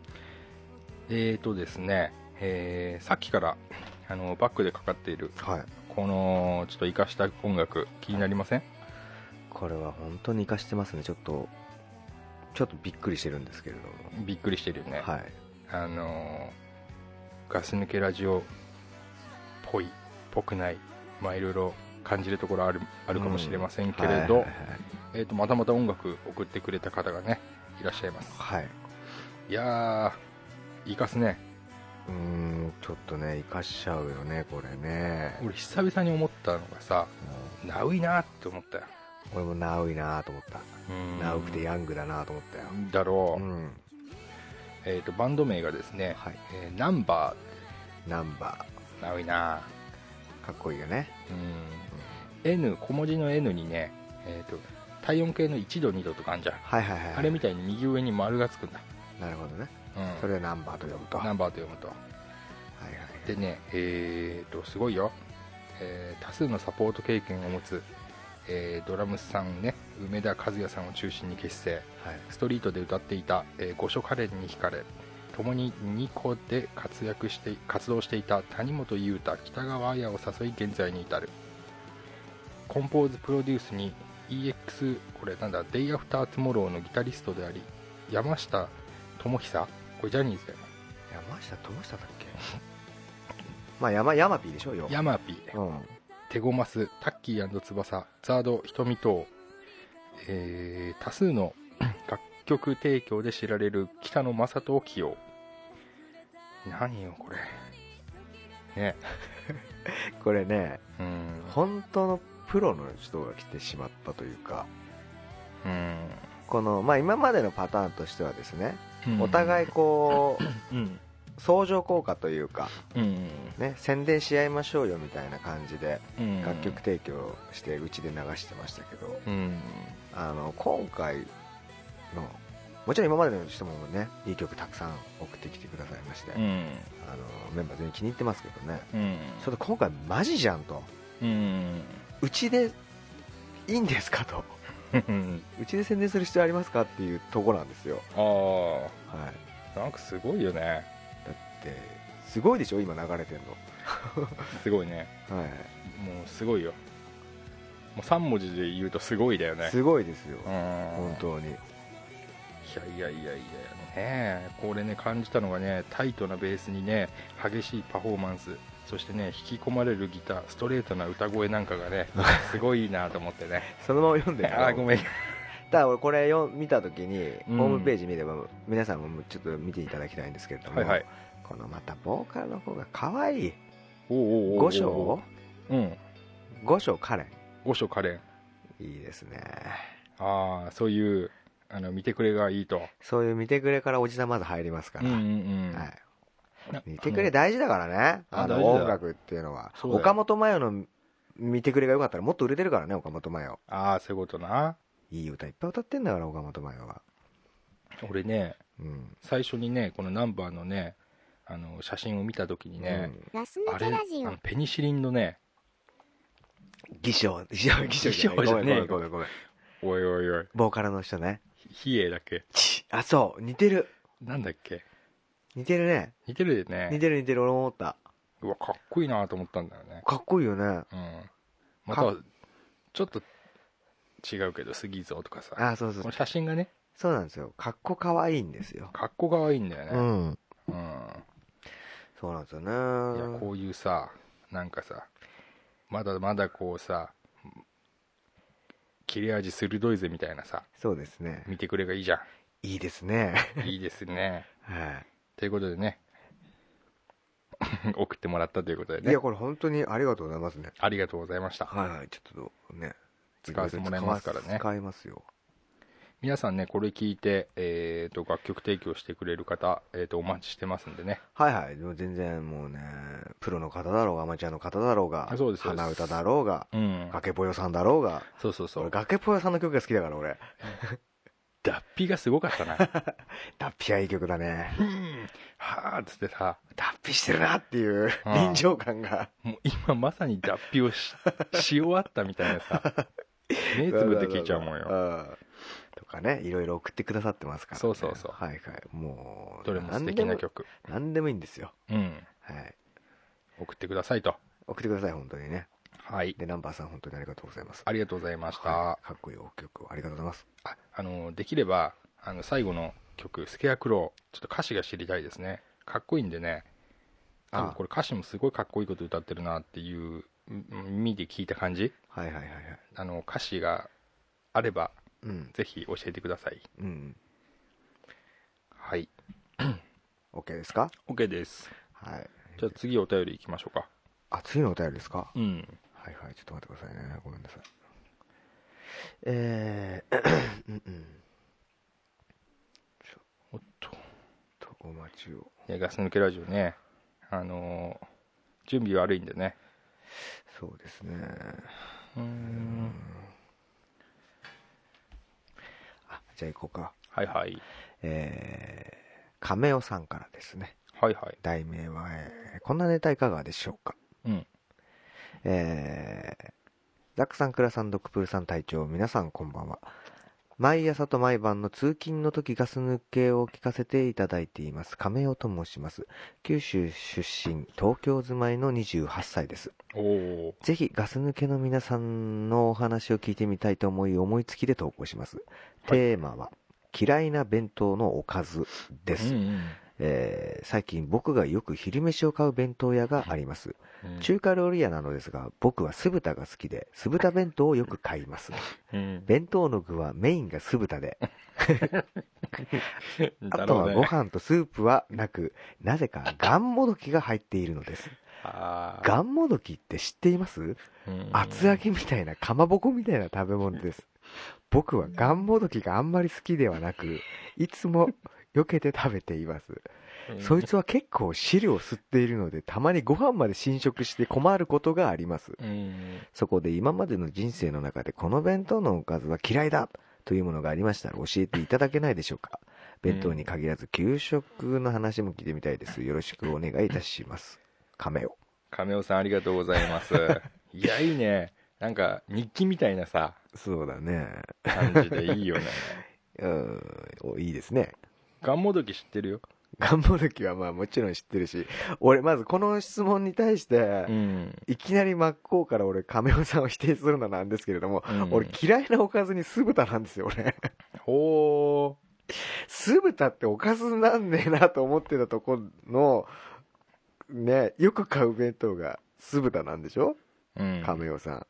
S3: えーとですね、えーさっきからあのバックでかかっている
S4: はい
S3: このちょっと生かした音楽気になりません？
S4: これは本当に活かしてますねちょっとちょっとびっくりしてるんですけれども、
S3: びっくりしてるよね。
S4: はい
S3: あのーガス抜けラジオっぽいぽくないまあいろいろ感じるところあるあるかもしれませんけれど、
S4: はい
S3: えーとまたまた音楽送ってくれた方がねいらっしゃいます。
S4: はいはい、はい
S3: いやー、生かすね。
S4: うーんちょっとね生かしちゃうよねこれね
S3: 俺久々に思ったのがさ、
S4: う
S3: ナウいなーって思ったよ。
S4: ん俺もナウいなと思った
S3: うん
S4: ナウくてヤングだなと思ったよ
S3: だろ
S4: う
S3: う、
S4: ん
S3: えー、とバンド名がですね、
S4: はい
S3: えーナンバ
S4: ナンバ
S3: ーなういな
S4: ーかっこいいよね
S3: うん N 小文字の N にね、えー、と体温計の1度2度とかあるじゃん、
S4: はいはいはい
S3: あれみたいに右上に丸がつくんだ、
S4: なるほどね
S3: うん、
S4: それをナンバーと呼ぶと
S3: ナ
S4: はい
S3: ンバーと読むと
S4: はいはい
S3: でねえー、とすごいよ、えー多数のサポート経験を持つ、えードラムスさんね梅田和也さんを中心に結成
S4: はい
S3: ストリートで歌っていた、えー、五所カレンに惹かれ共に2個で活躍して活動していた谷本裕太北川綾を誘い現在に至るコンポーズプロデュースに EX これなんだ「Day After Tomorrow」のギタリストであり山下智久これジャニーズだよね
S4: 山下どうしただっけ まあ山山ピーでしょよ
S3: ヤマピー
S4: うん
S3: テゴマスタッキー翼ザード瞳等、えー多数の楽曲提供で知られる北野正人を起用何よこれね
S4: これね
S3: うん
S4: 本当のプロの人が来てしまったというか
S3: うん
S4: この、まあ、今までのパターンとしてはですね、お互
S3: い
S4: いこ
S3: うん
S4: う 相乗効果というか、
S3: うん
S4: ね、宣伝し合いましょうよみたいな感じで
S3: うん
S4: 楽曲提供してうちで流してましたけど
S3: うん
S4: あの今回のもちろん今までの人もねいい曲たくさん送ってきてくださいまして、
S3: うん
S4: あのメンバー全員気に入ってますけどね
S3: うん
S4: ちょっと今回マジじゃんと
S3: うん
S4: うちでいいんですかと
S3: うん
S4: うちで宣伝する必要ありますかっていうとこなんですよ、
S3: ああ
S4: はい、
S3: なんかすごいよね
S4: だってすごいでしょ今流れてん
S3: すごいね
S4: の、は
S3: もうすごいよもう3文字で言うとすごいだよね
S4: い、すごいですよ
S3: うん
S4: 本当
S3: い
S4: に
S3: やいやいやいやねこれね感じたのがねタイトなベースにね激しいパフォーマンスそしてね引き込まれるギターストレートな歌声なんかが ねすごいいいなと思ってね
S4: そのまま読んでる
S3: あーごめん
S4: だから俺これよ見た時に
S3: うん
S4: ホームページ見れば皆さんもちょっと見ていただきたいんですけれども、
S3: はいはい
S4: このまたボーカルの方が可愛い
S3: おうおうおうおう
S4: 五章
S3: うん
S4: 五章カレン
S3: 五所カレン
S4: いいですね
S3: ああそういうあの見てくれがいいと
S4: そういう見てくれからおじさんまず入りますか
S3: うん
S4: ら、
S3: うんうん、
S4: はい、
S3: な
S4: 見てくれ大事だからね
S3: あ
S4: あ
S3: の大
S4: の
S3: 事だ
S4: 音楽っていうのは
S3: そうだよ
S4: 岡本真代の見てくれが良かったらもっと売れてるからね岡本真代
S3: ああそういうことない
S4: い歌いっぱい歌ってんだから岡本真代は
S3: 俺ね
S4: うん
S3: 最初にねこのナンバーのねあの写真を見た時にね、
S5: ラス抜
S3: あ
S5: け
S3: れ
S5: ラ
S3: あ
S5: ジオ
S3: の。ペニシリンのね
S4: 偽証偽証偽証じゃない
S3: 偽証じゃ
S4: ごめんご
S3: ねえ
S4: め
S3: よ
S4: んごめんごめん
S3: おいおいおい
S4: ボーカルの人ね
S3: ひえだっけ
S4: ちあそう似てる
S3: なんだっけ
S4: 似てるね
S3: 似てるよね
S4: 似てる似てる俺も思った
S3: うわかっこいいなと思ったんだよね
S4: かっこいいよね
S3: うんまた
S4: か
S3: ちょっと違うけど杉蔵とかさ
S4: あそうそ
S3: こ
S4: う
S3: の写真がね
S4: そうなんですよかっこかわいいんですよ
S3: かっこがいいんだよね
S4: うん
S3: うん、
S4: そうなんですよ
S3: いや
S4: ね
S3: こういうさなんかさまだまだこうさ切れ味鋭いぜみたいなさ
S4: そうですね
S3: 見てくれがいい じゃ
S4: いいですね
S3: んいいですね
S4: は
S3: ということでね 送ってもらったということで
S4: いい
S3: ね
S4: やこれ本当にありがとうございますね
S3: ありがとうございました
S4: はいはいちょっとね
S3: 使わせてもらいますからね
S4: 使いますよ
S3: 皆さんねこれ聞いて、えー、と楽曲提供してくれる方、えー、とお待ちしてますんでね
S4: はいはいでも全然もうねプロの方だろうがアマチュアの方だろうが
S3: そうですそうです
S4: 花歌だろうが
S3: うん
S4: 崖ぽよさんだろうが
S3: そうそうそう
S4: 俺崖ぽよさんの曲が好きだから俺
S3: 脱皮がすごかった なう
S4: 脱皮はいい曲だね
S3: んはあっつってさ
S4: 脱皮してるなっていう
S3: うん
S4: 臨場感が
S3: もう今まさに脱皮をしし終わったみたいな さ目つぶって聞いちゃうもんよ
S4: んとかねいろいろ送ってくださってますからね
S3: そうそうそう
S4: はいはいもう
S3: どれも素敵な曲
S4: 何でも何でもいいんですよ
S3: うん
S4: はい
S3: 送ってくださいと
S4: 送ってください本当にね
S3: はい
S4: でナンバーさん本当にありがとうございます
S3: ありがとうございました、
S4: はいかっこいいお曲をありがとうございます
S3: ああのできればあの最後の曲「スケアクロー」ちょっと歌詞が知りたいですねかっこいいんでね多
S4: あ
S3: 分これ歌詞もすごいかっこいいこと歌ってるなっていううん耳で聞いた感じ
S4: はいはいはいはい
S3: あの歌詞があれば
S4: うん
S3: ぜひ教えてください
S4: うん
S3: はい
S4: OK ですか
S3: OK です
S4: はい
S3: じゃあ次お便りいきましょうか
S4: あ次のお便りですか
S3: うん
S4: はいはいちょっと待ってくださいねごめんなさいえー うんうん
S3: おっと
S4: とお待ちを
S3: いやガス抜けラジオねあのー準備悪いんでね
S4: そうですね
S3: うーん
S4: あじゃあ行こうか
S3: はいはい
S4: えー、亀尾さんからですね
S3: はいはい
S4: 題名は、えーこんなネタいかがでしょうか
S3: うん
S4: えーザックさん、クラさん、ドクプルさん隊長、皆さんこんばんは。毎朝と毎晩の通勤の時ガス抜けを聞かせていただいています。亀尾と申します。九州出身、東京住まいの28歳です。
S3: おお
S4: ぜひガス抜けの皆さんのお話を聞いてみたいと思い、思いつきで投稿します。テーマは、嫌いな弁当のおかずで
S3: う
S4: す。
S3: ん
S4: えー最近僕がよく昼飯を買う弁当屋があります。
S3: うんうん
S4: 中華料理屋なのですが僕は酢豚が好きで酢豚弁当をよく買 います
S3: うん
S4: 弁当の具はメインが酢豚であ
S3: だ
S4: と
S3: ろう
S4: は
S3: ね
S4: ご飯とスープはなくなぜかがんもどきが入っているのです
S3: あー
S4: がんもどきって知っています
S3: うん
S4: 厚揚げみたいなかまぼこみたいな食べ物 です僕はがんもどきがあんまり好きではなくいつも避けて食べています
S3: うん
S4: そいつは結構汁を吸っているのでたまにご飯まで侵食して困ることがあります
S3: うん
S4: そこで今までの人生の中でこの弁当のおかずは嫌いだというものがありましたら教えていただけないでしょうか弁当に限らず給食の話も聞いてみたいですよろしくお願いいたします亀を
S3: 亀尾さんありがとうござい ますいやいいねなんか日記みたいなさ
S4: そうだね
S3: 感じでいいよ ね
S4: うんおいいですね
S3: ガンモドキ知ってるよ
S4: ガンモドキはまあもちろん知ってるし俺まずこの質問に対して
S3: うん
S4: いきなり真っ向から俺亀尾さんを否定するのなんですけれども、
S3: うん
S4: 俺嫌いなおかずに酢豚なんですよ俺
S3: おー
S4: 酢豚っておかずになんねえなと思ってたとこの、ね、よく買う弁当が酢豚なんでしょ
S3: うん
S4: 亀尾さん。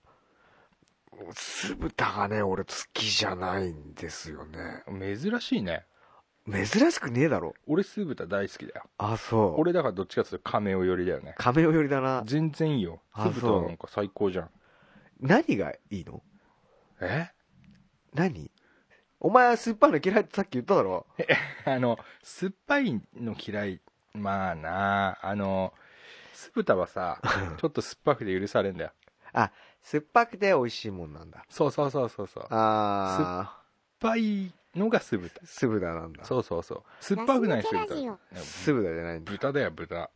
S4: 酢豚がね、俺好きじゃないんですよね。
S3: 珍しいね
S4: 珍しくねえだろ。
S3: 俺酢豚大好きだよ
S4: あ、そう。
S3: 俺だからどっちかっていうと亀尾寄りだよね
S4: 亀尾寄りだな。
S3: 全然いいよ
S4: あ
S3: 酢豚なんか最高じゃん
S4: 何がいいの
S3: え
S4: 何お前は酸っぱいの嫌いってさっき言っただろ
S3: あの酸っぱいの嫌いまあなあの酢豚は さちょっと酸っぱくて許されんだよ
S4: 酸っぱくて美味しいもんなんだ
S3: そうそうそうそうそう酸っ
S4: あ
S3: ぱいのが酢豚
S4: ー酢豚なんだ
S3: そうそうそう酸っぱくない酢豚ね
S4: 酢豚じゃないんだ
S3: 豚だよ豚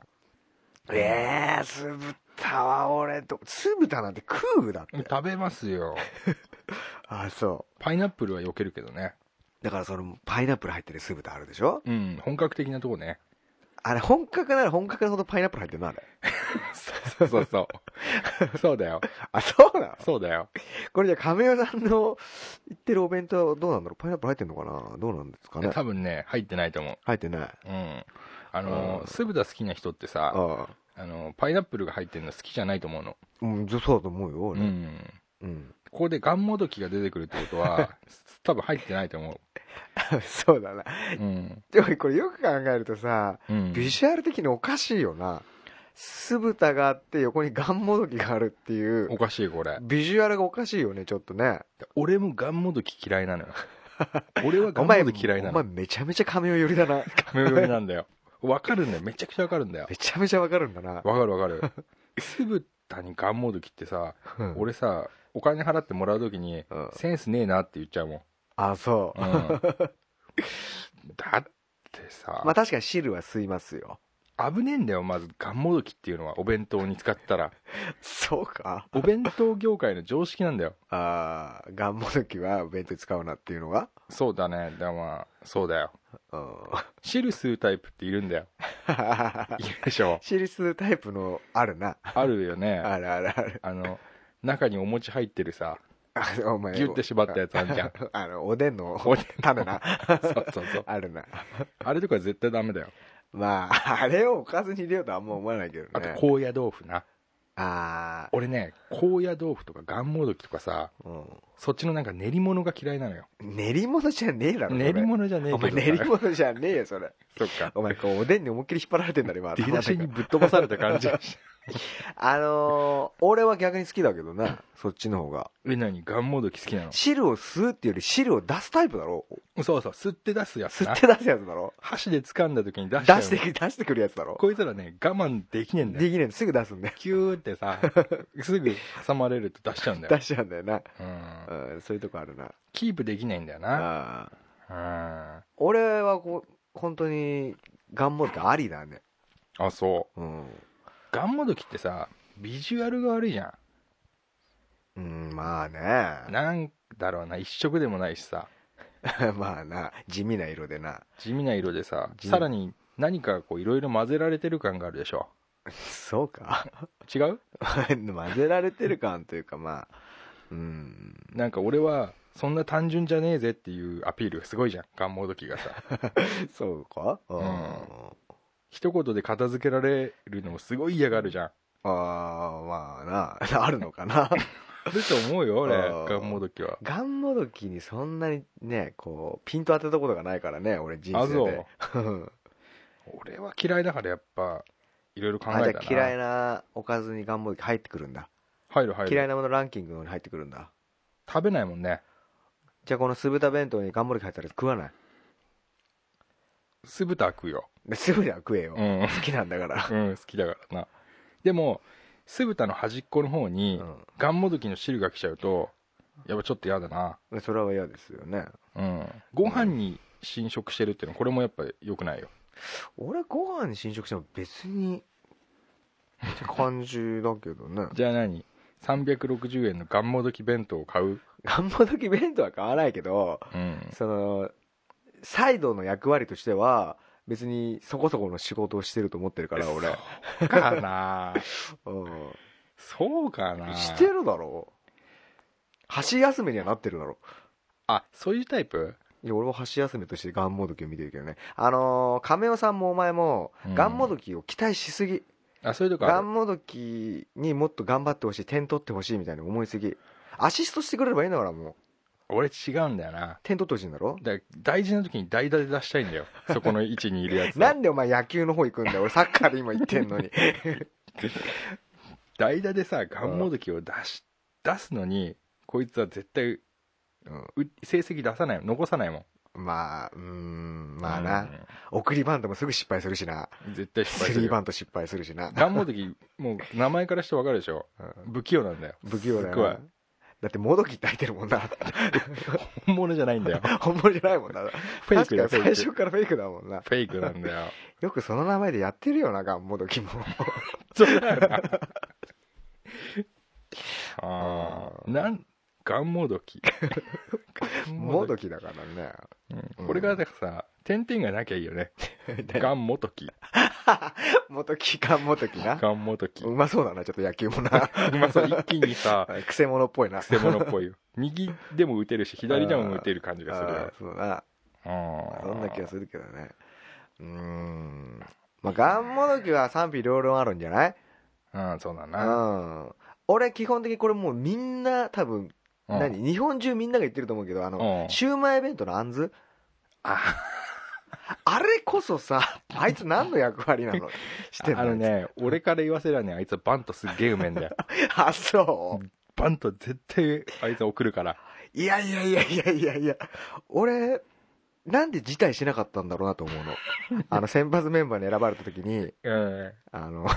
S4: えー、酢豚は俺ど酢豚なんて食うだって
S3: 食べますよ
S4: あそ
S3: パイナップルは避けるけどね
S4: うだからそのパイナップル入ってる酢豚あるでしょ
S3: うん本格的なとこね
S4: あれ本格なら本格なほどパイナップル入ってるなあれ
S3: そうそうそうそうだよ
S4: あそうなの
S3: そうだよ
S4: これじゃあ亀尾さんの言ってるお弁当はどうなんだろうパイナップル入ってんのかなどうなんですかね
S3: 多分ね入ってないと思
S4: 入ってないあ
S3: ううんあの
S4: うん
S3: 酢豚好きな人ってさ
S4: あ
S3: あのパイナップルが入ってるの好きじゃないと思うの
S4: うんそうだと思うよ
S3: う
S4: 俺
S3: ん
S4: うん、
S3: ここでガンもどきが出てくるってことは多分入ってないと思
S4: そうだな
S3: ううん、
S4: でもこれよく考えるとさ
S3: うん、
S4: ビジュアル的におかしいよな酢豚があって横にガンモドキがあるっていう
S3: おかしいこれ
S4: ビジュアルがおかしいよねちょっとね
S3: 俺もガンもどき嫌いな のよ俺はガ
S4: お
S3: ンも
S4: 前
S3: どき嫌いな
S4: お
S3: の
S4: 前めちゃめちゃ亀尾寄りだな
S3: 亀寄りなんだよわかるんだよめちゃくちゃわかるんだよ
S4: めちゃめちゃわかるんだな、
S3: わかるわかる酢豚にガンもどきってさ
S4: うん
S3: 俺さお金払ってもらう時に
S4: うん
S3: センスねえなって言っちゃうもん、
S4: あそう、
S3: うんだってさ、
S4: まあ確かに汁は吸いますよ
S3: 危ねえんだよまずガンもどきっていうのはお弁当に使ったら
S4: そうか
S3: お弁当業界の常識なんだよ
S4: ああガンモドキはお弁当に使うなっていうのが
S3: そうだねでもまあそうだよ
S4: うん
S3: 汁吸うタイプっているんだよいるでしょ
S4: 汁吸うタイプのあるな
S3: あるよ ね
S4: あるあるある
S3: あの中にお餅入ってるさ
S4: あのお前
S3: ギュッて縛ったやつあ んじゃん
S4: あのおでんの
S3: おでんの
S4: 種な
S3: そうそうそう
S4: あるな
S3: あれとか絶対ダメだよ
S4: まああれをおかずに入れようとはあんま思わないけどね
S3: あと高野豆腐な
S4: あ
S3: 俺ね高野豆腐とかがんもどきとかさ
S4: あ、うん
S3: そっちのなんか練り物が嫌いなのよ
S4: 練り物じゃねえだろそれ
S3: 練り物じゃねえ
S4: お
S3: け
S4: 前
S3: ど
S4: 練り物じゃねえよそれ
S3: そっか
S4: お前こうおでんに思いっきり引っ張られてんだね今
S3: 出だしに
S4: 頭の中
S3: ぶっ飛ばされた感 じ
S4: あのー、俺は逆に好きだけどなそっちの方が
S3: え何がんもどき好きなの
S4: 汁を吸うっていうより汁を出すタイプだろ
S3: そうそう吸って出すやつ
S4: 吸
S3: な
S4: って出すやつだろ
S3: 箸で掴んだ時に出し
S4: 出
S3: ちゃう
S4: してき出してくるやつだろ
S3: こいつらね我慢できねえんだよ
S4: できねえのすぐ出すんだよ
S3: キューってさす ぐ挟まれると出しちゃうん だよ
S4: 出、しちゃうんだよな、
S3: うん、
S4: うん、そういうとこあるな
S3: キープできないんだよな
S4: あー
S3: うん
S4: 俺はこう本当にガンモルってありだね
S3: あそう
S4: うん、
S3: ガンモドキってさビジュアルが悪いじゃ
S4: うん、まあ
S3: ん
S4: ね
S3: なんだろうな一色でもないしさ
S4: まあな地味な色でな
S3: 地味な色でさ
S4: 地味
S3: さらに何かこういろいろ混ぜられてる感があるでしょ
S4: そうか
S3: 違う
S4: 混ぜられてる感というかまあうん
S3: なんか俺はそんな単純じゃねえぜっていうアピールがすごいじゃんガンモドキ がさ
S4: そうかうんあ
S3: 一言で片付けられるのもすごい嫌がるじゃん
S4: あまあな あるのか な
S3: あると思うよ俺
S4: あー
S3: ガンモドキは
S4: ガンモドキにそんなにねこうピント当てたことがないからね俺人
S3: あ
S4: 生
S3: そ
S4: で
S3: う俺は嫌いだからやっぱいろいろ考
S4: あ
S3: え
S4: じゃ
S3: た
S4: あ
S3: な
S4: 嫌いなおかずにガンモドキ入ってくるんだ
S3: 入る入る
S4: 嫌いなものランキングに入ってくるんだ
S3: 食べないもんね
S4: じゃあこの酢豚弁当にガンモドキ入ったら食わない
S3: 酢豚は食うよ
S4: で 酢豚は食え
S3: う
S4: よ、
S3: ん、
S4: 好きなんだから
S3: うん、好きだからなでも酢豚の端っこの方に
S4: うん
S3: がんもどきの汁が来ちゃうとやっぱちょっと嫌だな
S4: でそれは嫌ですよね
S3: うんご飯に侵食してるっていうのはこれもやっぱ良くないよ
S4: 俺ご飯に侵食しても別にって感 じだけどね
S3: じゃあ何360円のがんもどき弁当を買う
S4: ガンモドキ弁当は買わないけど
S3: うん
S4: そのサイドの役割としては別にそこそこの仕事をしてると思ってるから俺、
S3: そうかな
S4: う、
S3: そうかなん
S4: してるだろ箸休めにはなってるだろ
S3: あそういうタイプ
S4: いや俺は箸休めとしてガンモドキを見てるけどねあのー亀尾さんもお前も
S3: うん
S4: ガンモドキを期待しすぎ、
S3: あそういうとこ
S4: ガ
S3: ある
S4: ンモドキにもっと頑張ってほしい点取ってほしいみたいに思いすぎアシストしてくれればいいんだからもう
S3: 俺違うんだよな
S4: 点取ってほしいんだろ
S3: だから大事な時に代打で出したいんだよそこの位置にいるやつを
S4: なんでお前野球の方行くんだよ俺サッカーで今行ってんの に
S3: 代打でさガンモドキを出し出すのにこいつは絶対う成績出さないもん残さないもん
S4: まあ、うーん、まあな。送りバントもすぐ失敗するしな。
S3: うん絶対失敗
S4: ス
S3: す
S4: リー
S3: る
S4: バント失敗するしな。
S3: ガンモドキもう名前からして分かるでしょ不器用なんだよ
S4: 不器用だ
S3: すっごい
S4: よ。だって、もどきって入ってるもんな。
S3: 本物じゃないんだよ
S4: 本物じゃないもんな。
S3: フェイクだよ
S4: 確
S3: フェ
S4: か
S3: イ
S4: に最
S3: ク
S4: 初からフェイクだもんな。
S3: フェイクなんだよ
S4: よくその名前でやってるよな、ガンもどきも。
S3: そうだよなあーなんガンモドキ
S4: もど
S3: キ
S4: きだからね。
S3: うんこれがだからさ点々がなきゃいいよね ガンモトキ
S4: もどき、ガンもどきな。
S3: ガンモトキ
S4: うまそうだな、ちょっと野球もな。
S3: うまそう一気にさ
S4: くせ者っぽいな。
S3: くせ者っぽいよ 右でも打てるし左でも打てる感じがする
S4: あーそうだな。
S3: よ
S4: そんな気がするけどね。うーん。まあ、ガンもどきは賛否両論あるんじゃない
S3: うんそうだ
S4: う
S3: な、
S4: ん。俺、基本的にこれもうみんな、多分、
S3: うん
S4: 何日本中みんなが言ってると思うけど、あ
S3: う
S4: の
S3: ん、
S4: シューマイ弁当のあんず
S3: あ
S4: あれこそさ、あいつ何の役割なのしてんの
S3: あの。ね俺から言わせりゃねあいつはバントすっげえうめえんだ よ
S4: あ、そう。
S3: バント絶対あいつは送るから
S4: いやいやいやいやいやいや。俺、なんで辞退しなかったんだろうなと思うの。 あの、先発メンバーに選ばれた時に、
S3: うん
S4: あの、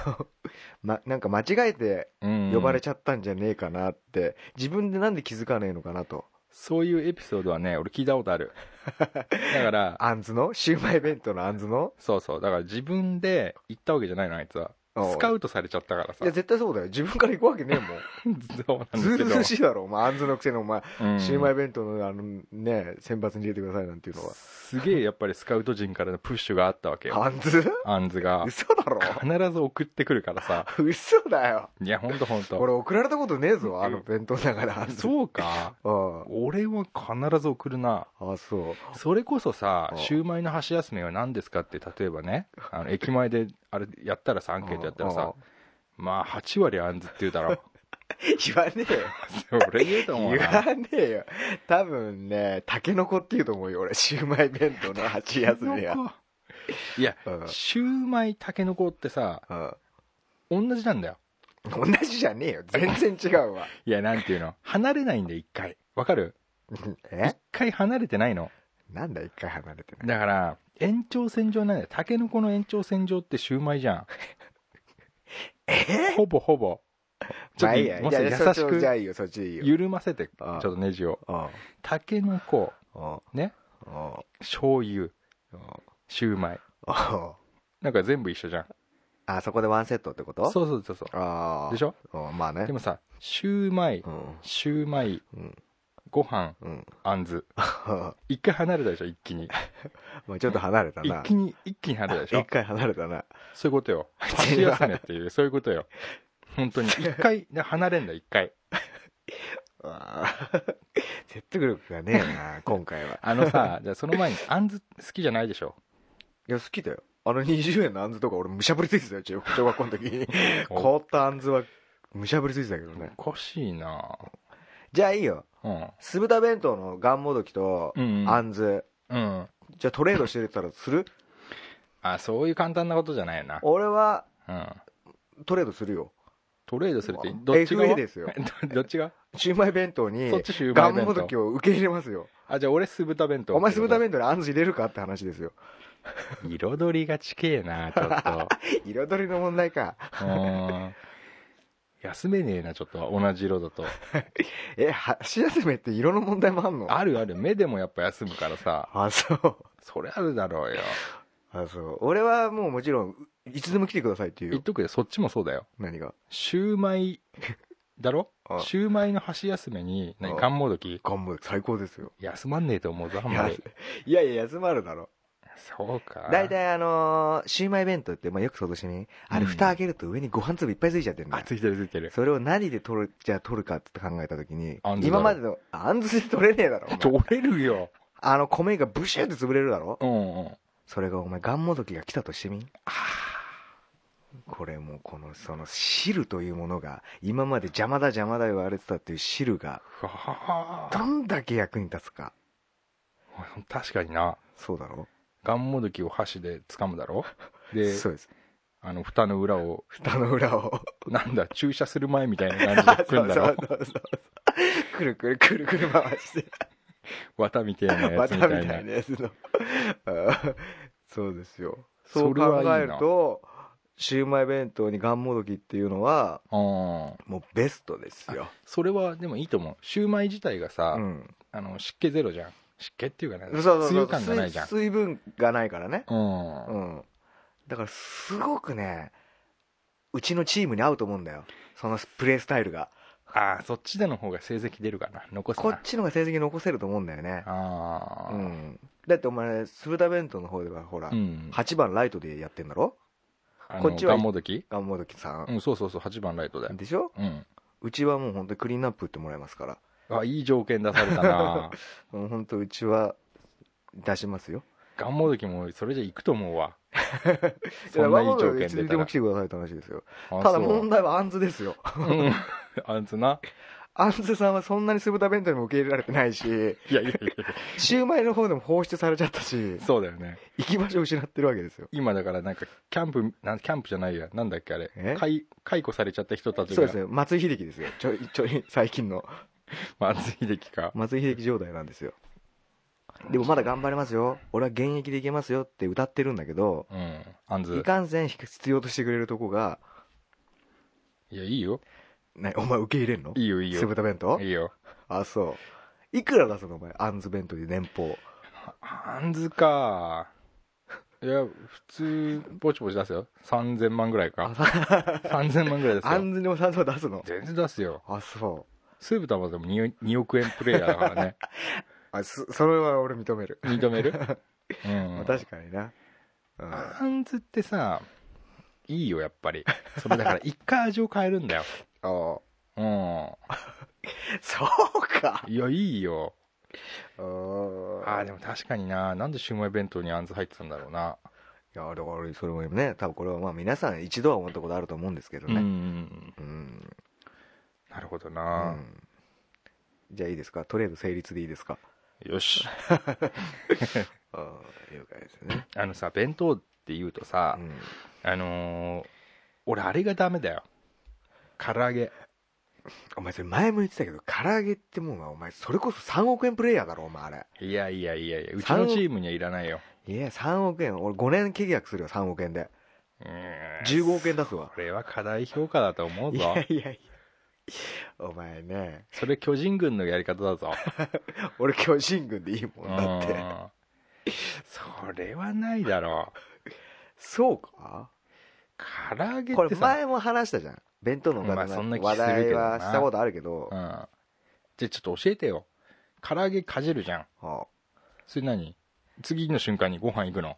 S4: ま、なんか間違えて
S3: うん
S4: 呼ばれちゃったんじゃねえかなって、自分でなんで気づかねえのかなと。
S3: そういうエピソードはね俺聞いたこと あるだから
S4: あんずのシューマイ弁当のあんずの
S3: そうそうだから自分で行ったわけじゃないのあいつはスカ
S4: う
S3: ウトされちゃったから
S4: い
S3: さ
S4: や、絶対そうだよ。自分から行くわけねえもん。
S3: そうなん
S4: ず
S3: だ
S4: う
S3: け
S4: ず
S3: ど
S4: うしいだろ、お前。あんずのくせにお前、
S3: うん
S4: シューマイ弁当のあのね、選抜に入れてくださいなんていうのは。
S3: すげえやっぱりスカウト陣からのプッシュがあったわけよ
S4: あんず
S3: アンズが
S4: 嘘だろ
S3: 必ず送ってくるからさ
S4: 嘘だよ。
S3: いやほんとほんと
S4: 俺送られたことねえぞ、あの弁当だから。あんず
S3: そうか
S4: うん
S3: 俺は必ず送るな
S4: あ、そう。
S3: それこそさ
S4: うん
S3: シューマイの箸休めは何ですかって例えばねあの駅前であれやったらさアンケートやったらさまあ8割アンズって言うだろ
S4: うん。言わねえよ。
S3: 俺言うと思う
S4: 言
S3: な
S4: わねえよ。多分ね、タケノコって言うと思うよ、俺。シューマイ弁当 の箸休めは。
S3: いや
S4: うん
S3: シューマイタケノコってさ
S4: うん
S3: 同じなんだよ
S4: 同じじゃねえよ。全然違うわ。
S3: いやなんていうの離れないんだよ一回わかる
S4: え
S3: 一回離れてないの
S4: なんだ、一回離れてない。
S3: だから延長線上なんだよタケノコの延長線上ってシューマイじゃん
S4: え
S3: ほぼほぼちょっ
S4: まあ
S3: と
S4: いいや。
S3: もう
S4: い
S3: ちょっ
S4: やい
S3: と優
S4: や、そっ
S3: し
S4: ちをじゃあ
S3: く
S4: いいよ、そっちでいいよ。
S3: 緩ませてち
S4: あ
S3: ょ
S4: あ
S3: っとネジを
S4: うん
S3: タケノコ
S4: うん
S3: ね
S4: うん
S3: 醤油シューマイ
S4: うん
S3: なんか全部一緒じゃん
S4: あそこでワンセットってこと
S3: そうそうそうそう
S4: ああ
S3: でしょ
S4: ょまあね
S3: でもさシューマイ
S4: うん
S3: シューマイ
S4: うん
S3: ご飯
S4: うん
S3: あんず
S4: ま
S3: 一回離れたでしょ一気に
S4: あちょっと離れた
S3: 一
S4: な
S3: 気に一気に離れたでし
S4: 一
S3: ょ
S4: 回離れたな
S3: そういうこと よ箸休めっていうそういうことよ本当に一回ね離れんだ一回
S4: あー 説得力がねえな今回は
S3: あの さじゃあその前にあんず好きじゃないでしょ
S4: いや好きだよあの20円のあんずとか俺むしゃぶりついてたよ中小学校の時 に凍ったあんずはむしゃぶりついてたけどね
S3: おかしいな
S4: じゃあいいよ
S3: うん
S4: 酢豚弁当のがんもどきと
S3: うんうん
S4: あんず
S3: うん
S4: じゃあトレードしてたらする
S3: あそういう簡単なことじゃないよな
S4: 俺は
S3: うん
S4: トレードするよ
S3: トレードするってどっちが
S4: FA ですよ
S3: どっちが
S4: シューマイ弁当に
S3: そっちシューマ
S4: が
S3: イ
S4: んもど
S3: 弁
S4: き
S3: 当
S4: を受け入れますよ
S3: あじゃあ俺酢豚弁当
S4: お前酢豚弁当にあんず入れるかって話ですよ
S3: 彩りがちけえなちょっと
S4: 彩りの問題か
S3: うーん休めねえなちょっと同じ色だと
S4: え箸休めって色の問題もあんの
S3: あるある目でもやっぱ休むからさ
S4: あそう
S3: それあるだろうよ
S4: あそう俺はもうもちろんいつでも来てくださいっていう
S3: 言っ
S4: よ
S3: とくよそっちもそうだよ
S4: 何が
S3: シューマイだろ
S4: あ
S3: シューマイの箸休めに何
S4: あ
S3: ガンモドキ
S4: ガンも最高ですよ
S3: 休まんねえと思うぞあん
S4: い
S3: ま
S4: や
S3: り
S4: いやいや休まるだろ
S3: そうか
S4: 大体あのーシューマイ弁当って、まあ、よく想像してみあれ
S3: うん
S4: 蓋開けると上にご飯粒いっぱいついちゃってるんだ
S3: あ
S4: よ
S3: ついてるついて る
S4: それを何で取るじゃあ取るかって考えた時に
S3: あんずだろ
S4: 今までのあんずで取れねえだろお前
S3: 取れるよ
S4: あの米がブシューって潰れるだろ
S3: うんうん
S4: それがお前ガンモドキが来たとしてみこれもうこのその汁というものが今まで邪魔だ邪魔だ言われてたっていう汁が
S3: はは
S4: どんだけ役に立つか
S3: 確かにな
S4: そうだろ
S3: ガンモドキを箸で掴むだろで
S4: そうです
S3: あの蓋の裏を
S4: 蓋の裏を
S3: なんだ注射する前みたいな感じで
S4: そ
S3: 組ん
S4: う
S3: だ
S4: そ
S3: ろ
S4: うそうそうくるくるくるくる回して
S3: 綿みたいなや
S4: バ
S3: つ
S4: タ
S3: み
S4: ー
S3: たい
S4: みた。
S3: ない
S4: なやつのあーそうですよそ
S3: そうれはい
S4: 考
S3: いな
S4: えるとシウマイ弁当にがんもどきっていうのは
S3: うん。
S4: もうベストですよ、
S3: それはでもいいと思う。シューマイ自体がさ、
S4: うん、
S3: あの湿気ゼロじゃん。湿気っていうかね、
S4: そうそうそう
S3: 梅雨感がないじゃん。
S4: 水水分がないからね、
S3: うん。
S4: うん、だからすごくねうちのチームに合うと思うんだよそのプレースタイルが
S3: ああ、そっちでの方が成績出るかな。残すな。
S4: こっちの方が成績残せると思うんだよね、
S3: ああ。
S4: う。ん、だってお前鶴田弁当の方ではほら、
S3: うん。
S4: 8番ライトでやってんだろこ
S3: こ
S4: っ
S3: っ
S4: ち
S3: ち
S4: は
S3: は。ガンモドキ
S4: ガンモドキさ、
S3: うんん、そうそうそう、8番ライトだよ。
S4: でしょ
S3: うん。
S4: うちはもう本当にクリーンアップ打ってもらえますから
S3: あ、いい条件出された な。
S4: うん本当うちは出しますよ
S3: ガンモドキもそれじゃ行くと思うわ。そんないい条
S4: いやわざわざい
S3: 件
S4: つに
S3: 出
S4: で
S3: た
S4: も
S3: ら
S4: 来。てくださいって話ですよ
S3: あ
S4: ただ
S3: そう
S4: 問題はアンズですよ
S3: うん。あんつな。
S4: アンズさんはそんなに酢タ弁当にも受け入れられて な いし
S3: いやいやい
S4: シューマイの方でも放出されちゃったし
S3: や、そうだよね。
S4: 行き場所を失ってるわけですよ
S3: 今だからなんか、キャンプ、なんキャンプじゃないや。なんだっけあれ
S4: え。
S3: 解解雇されちゃった人たちが。
S4: そうですね松井秀喜ですよちょいちょい最近の
S3: 松井秀喜か。
S4: 松井秀喜状態なんですよでもまだ頑張れますよ俺は現役でいけますよって歌ってるんだけど
S3: うん。あん
S4: い
S3: ず。
S4: かんせん必要としてくれるとこが
S3: いや、いいよ。
S4: なお前受け入れんの
S3: いいよ、いい
S4: 酢
S3: よ。
S4: 豚弁当
S3: いいよ。
S4: あそういくら出すのお前あんず弁当で年俸
S3: あんずか。いや、普通、ぼちぼち出すよ。3000万ぐらいか。3000万ぐらいです
S4: あ
S3: よ。
S4: んずにもさんと出すの
S3: 全然出すよ。
S4: あそう
S3: スープ玉でも 2, 2億円プレイヤーだから ね。
S4: あそそれは俺認める、
S3: 認めるう
S4: まあ
S3: ん。
S4: 確かにな、うん
S3: あんずってさ、いいよ、やっぱり。それだから、一回味を変えるんだよ。
S4: お
S3: う
S4: そうか
S3: ん。いや、いいよ。
S4: お
S3: ああ、でも確かにな。なんでシウマイ弁当にあんず入ってたんだろうな。
S4: いやだからそれもね多分これはまあ皆さん一度は思ったことあると思うんですけど
S3: うんうんう
S4: ね
S3: ん。
S4: うん、
S3: なるほど
S4: う
S3: な。
S4: んじゃあいいですかトレード成立でいいですか
S3: よし。
S4: あ了解ですね、
S3: あのさ、弁当って言うとさ、
S4: うん、
S3: あのー、俺あれがダメだよ唐揚げ
S4: お前それ前も言ってたけど唐揚げってもんはお前それこそ3億円プレイヤーだろお前あれ
S3: いやいやいやいやうちのチームにはいらないよ
S4: いや3億円俺5年契約するよ3億円で
S3: うーん
S4: 15億円出すわ
S3: これは過大評価だと思う
S4: い
S3: ぞ
S4: やいやいやお前ね
S3: それ巨人軍のやり方だぞ
S4: 俺巨人軍でいいも
S3: うん
S4: だって
S3: んそれはないだろう
S4: そうか
S3: 唐揚げ
S4: こ
S3: って
S4: れ
S3: さ、
S4: 前も話したじゃん弁当のお
S3: ま
S4: 金
S3: あそん
S4: の
S3: な気す
S4: 話
S3: るけどな
S4: 題はしたことあるけど、
S3: うん、じゃあちょっと教えてよ唐揚げかじるじゃん
S4: は
S3: それ何次の瞬間にご飯行くの
S4: あ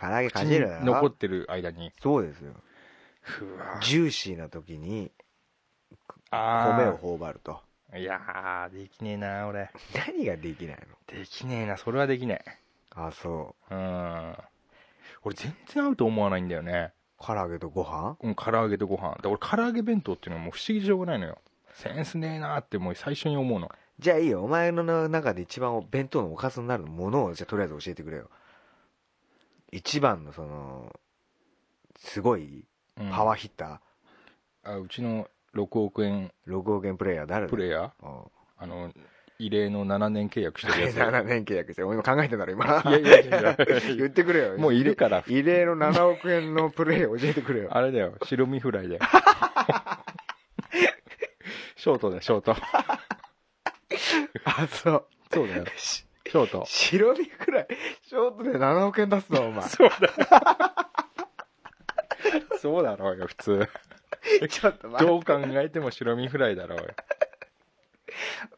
S4: 唐揚げかじる
S3: 口に残ってる間に
S4: そうですよ
S3: ふわ
S4: ジューシーな時に
S3: あ
S4: 米を
S3: ー
S4: 頬張ると
S3: いやーできねえな俺
S4: 何ができない
S3: できねえなそれはできねえ
S4: のあそう
S3: うん俺全然合うと思わないんだよね
S4: 唐揚げとご飯
S3: うん唐揚げとご飯だから俺唐揚げ弁当っていうのはもう不思議でしょうがないのよセンスねえなってもう最初に思うの
S4: じゃあいいよお前の中で一番弁当のおかずになるものをじゃあとりあえず教えてくれよ一番のそのすごい
S3: うん
S4: パワーヒッタ
S3: あうちの6億円
S4: ー、6億円プレイヤー誰だ
S3: プレイヤー
S4: うん
S3: あの異例の7年契約してるやつ
S4: 7年契約して、俺今考えてんだろ、今。
S3: いやいやいやいや
S4: 言ってくれよ。
S3: もういるから
S4: 異例の7億円のプレイを教えてくれよ。
S3: あれだよ白身フライ でショートだよショート
S4: あ、そう。
S3: そう だよ
S4: し
S3: ショート
S4: 白身くらい、ショートで7億円出すぞ、お前。
S3: そうだよそうだろうよ普通
S4: ちょっと待
S3: どう考えても白身フライだろうよ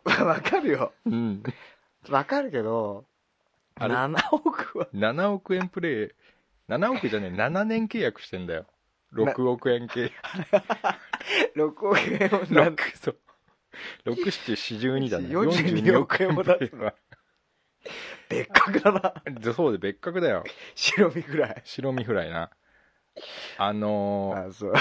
S4: って。わかるよ。
S3: うん
S4: わかるけど、
S3: あれ
S4: 7億は。
S3: 7億円プレイ7億じゃねえ7年契約してんだよ6億円契約
S4: 6億円をな
S3: 6そう6742だね
S4: 42億円もだって
S3: わ
S4: でっかくだな。
S3: そうで別格だよ
S4: 白身くらい。
S3: 白身フライなあのー
S4: あ、そう。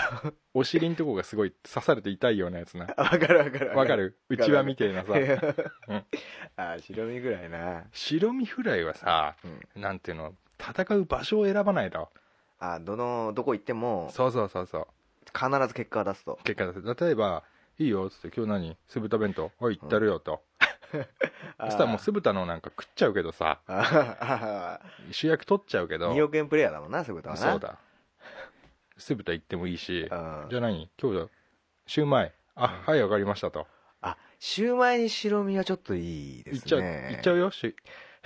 S3: お尻んとこがすごい刺されて痛いようなやつな
S4: わかるわかる。
S3: わかるうちわみ
S4: て
S3: てえなさん
S4: あ、白身くらいな。
S3: 白身フライはさ、なんていうの戦う場所を選ばないと
S4: あ、どの、どこ行っても、
S3: そうそうそうそう
S4: 必ず結果を出すと。
S3: 結果出せ例えば「いいよ」っつって「今日何酢豚弁当はい行ったるよ」と
S4: そ
S3: そしたらもう酢豚のなんか食っちゃうけどさ
S4: あ
S3: 主役取っちゃうけ
S4: あ
S3: ど
S4: 2億円プレイヤーだもんなそういうことはな
S3: そうだ 酢豚行ってもいいし
S4: うん
S3: じゃあ何今日だシューマイあはいわかりましたと
S4: あシューマイに白身はちょっといいで
S3: 行っ
S4: す
S3: ちゃう
S4: ね
S3: 行っちゃうよし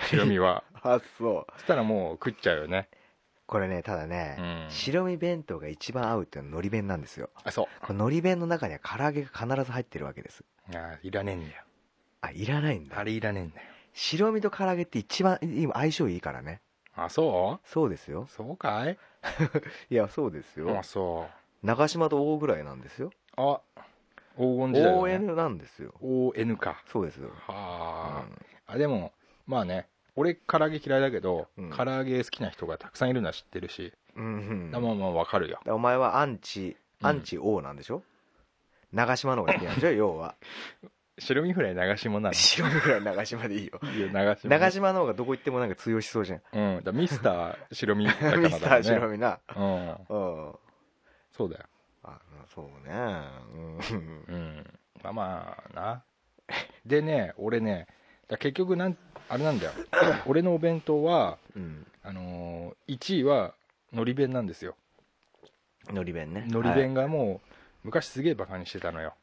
S3: 白身 は
S4: あそう
S3: そしたらもう食っちゃうよね
S4: これねただね、
S3: うん
S4: 白身弁当が一番合うっていうのは海苔弁なんですよ
S3: あそう
S4: この海苔弁の中には唐揚げが必ず入ってるわけです
S3: あいらねえんだよ
S4: あいらないんだ
S3: あれいらねえんだよ
S4: 白身と唐揚げって一番今相性いいからね
S3: あそ
S4: そうですよ
S3: うそうかい
S4: いやそうですよ、
S3: あそう
S4: 長島と大ぐらいなんですよ
S3: あ黄金時代だ、ね、
S4: ON なんですよ
S3: ON か
S4: そうですよ、
S3: はあ
S4: うん
S3: あでもまあね俺唐揚げ嫌いだけど、
S4: うん
S3: 唐揚げ好きな人がたくさんいるのは知ってるし、
S4: うんうん、
S3: まあまあわかるよ
S4: お前はアンチ
S3: うん
S4: アンチ王なんでしょ、長島の方が好きなん でしょ要は
S3: 白身フライ流しもない
S4: 白身ぐらい長島でいいよ
S3: いいよ流しも
S4: 長島の方がどこ行ってもなんか通用しそうじゃ
S3: う
S4: ん、
S3: んだからミスター白 身だからだね
S4: ミスター白身な
S3: うん
S4: うん
S3: そうだよ
S4: あそうねうん
S3: うんまあまあなでね俺ねだから結局なんあれなんだよ 俺のお弁当は
S4: うん
S3: あのー、1位はのり弁なんですよ
S4: のり弁ね
S3: のり弁がもう、昔すげえバカにしてたのよ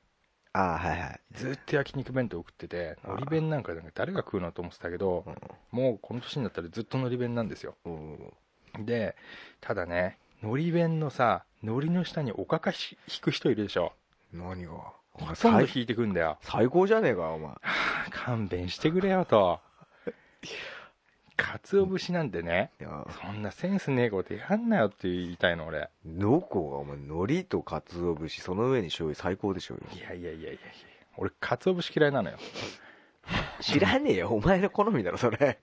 S4: ああはいはい
S3: ずっと焼肉弁当食ってて
S4: あー
S3: のり弁なんかなんか誰が食うのと思ってたけどもうこの年になったらずっとのり弁なんですよ
S4: うんお
S3: でただねのり弁のさのりの下におかかひ引く人いるでしょ
S4: 何が
S3: ほとんど
S4: 最
S3: 引いてくんだよ
S4: 最高じゃねえかお前
S3: はあ勘弁してくれよと鰹節なんてね
S4: いや
S3: そんなセンスねえことやんなよって言いたいの俺
S4: どこがお前のりと鰹節その上に醤油最高でしょうよ
S3: いやいやいやいやいや俺鰹節嫌いなのよ
S4: 知らねえよお前の好みだろそれ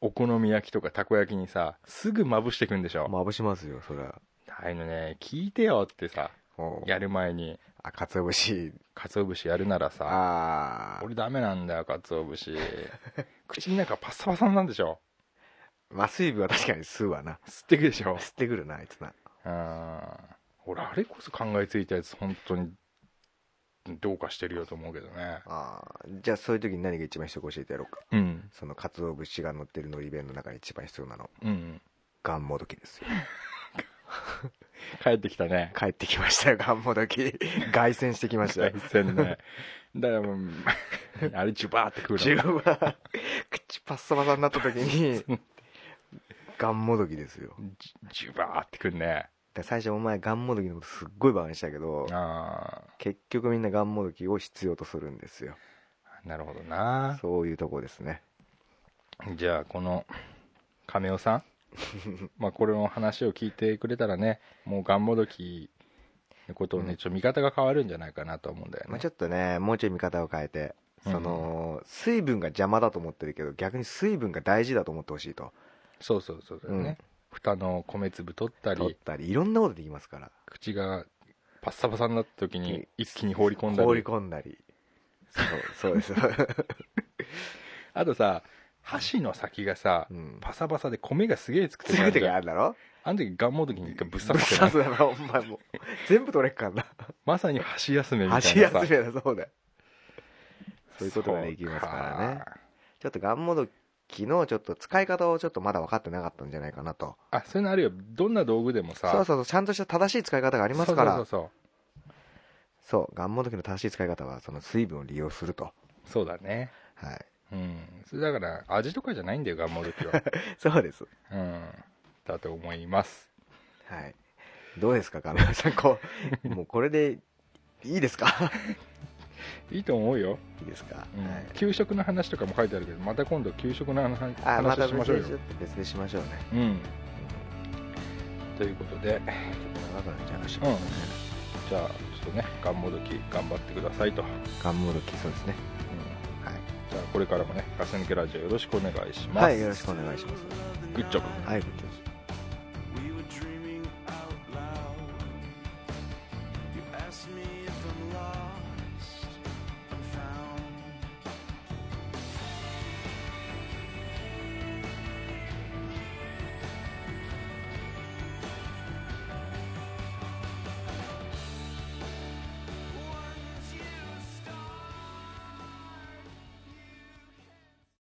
S3: お好み焼きとかたこ焼きにさすぐまぶしてくんでしょ
S4: まぶしますよそれは
S3: ああいうのね聞いてよってさ
S4: おう
S3: やる前に
S4: あ鰹節
S3: 鰹節やるならさ
S4: ああ
S3: 俺ダメなんだよ鰹節口の中パッサパサになんでしょ
S4: まあ水分は確かに吸うわな
S3: 吸ってくでしょ
S4: 吸ってくるなあいつな
S3: うん俺あれこそ考えついたやつ本当にどうかしてるよと思うけどね
S4: ああじゃあそういう時に何が一番必要か教えてやろうか
S3: うん
S4: その鰹節が乗ってるのり弁の中で一番必要なの
S3: うん
S4: がんもどきですよ
S3: 帰ってきたね
S4: 帰ってきましたよがんもど き凱旋してきましたよ
S3: 大戦ね だからもう あれジュバーって食うの
S4: 自分は 口パッサパサになった時にがんもどきですよ
S3: ジュジュバーってくんね
S4: だから最初お前がんもどきのことすっごいバカにしたけど
S3: あ
S4: 結局みんながんもどきを必要とするんですよ
S3: あなるほどな
S4: そういうとこですね
S3: じゃあこの亀尾さ んまあこれの話を聞いてくれたらねもうがんもどきのことをね、
S4: うん
S3: ちょっと見方が変わるんじゃないかなと思うんだよね、
S4: まあ、ちょっとねもうちょい見方を変えて
S3: うん
S4: その水分が邪魔だと思ってるけど逆に水分が大事だと思ってほしいと
S3: そうそうそうそうね、蓋の米粒取った
S4: 取っ
S3: り
S4: たりいろんなことできますから
S3: 口がパッサパサになった時
S4: うん
S3: に一気に放り込んだ
S4: 放り
S3: り
S4: 込んだりそうそ うです
S3: あとさ箸の先がさ、
S4: うん
S3: パサパサで米がすげえつく
S4: つ
S3: と
S4: く
S3: ある
S4: て
S3: じ
S4: が
S3: ゃ
S4: あ
S3: ん
S4: るだろ
S3: あの時がんもどきに一回ぶっ刺
S4: ぶっ
S3: す
S4: 刺すだろお前もう全部取れっから
S3: まさに箸休めみ
S4: な
S3: たいなさ
S4: 箸休めだそうだよそういうことができますから
S3: そう
S4: ねちょっとがんもどきのちょっと使い方をちょっとまだ分かってなかったんじゃないかなと
S3: あそういうのあるよどんな道具でもさ
S4: そうそうそうちゃんとした正しい使い方がありますから
S3: そうそうそう
S4: そうがんもどきの正しい使い方はその水分を利用すると
S3: そうそうだね
S4: はい
S3: うんそれだから味とかじゃないんだよがんもどき は
S4: そうです
S3: うんだと思います
S4: はいどうですか亀山さんこ うもうこれでいいですか
S3: いいと思うよ、
S4: いいですか、
S3: うん
S4: はい
S3: 給食の話とかも書いてあるけどまた今度給食の話
S4: あま
S3: 話
S4: た
S3: をしま
S4: 別
S3: しょう
S4: で
S3: よ
S4: ちょっと別でしましょうね
S3: うんということで
S4: 長くなっちゃいましたけ
S3: う
S4: ど
S3: ん
S4: ね、
S3: じゃあちょっとねがんもどき頑張ってくださいと、うん、
S4: がんもどきそうですね
S3: はいじゃあこれからもねガス抜けラジオよろしくお願いします、
S4: はいよろしくお願いします
S3: グッジョブ
S4: はいこちらこそ
S2: We were dreaming out loud. You asked me if I'm lost.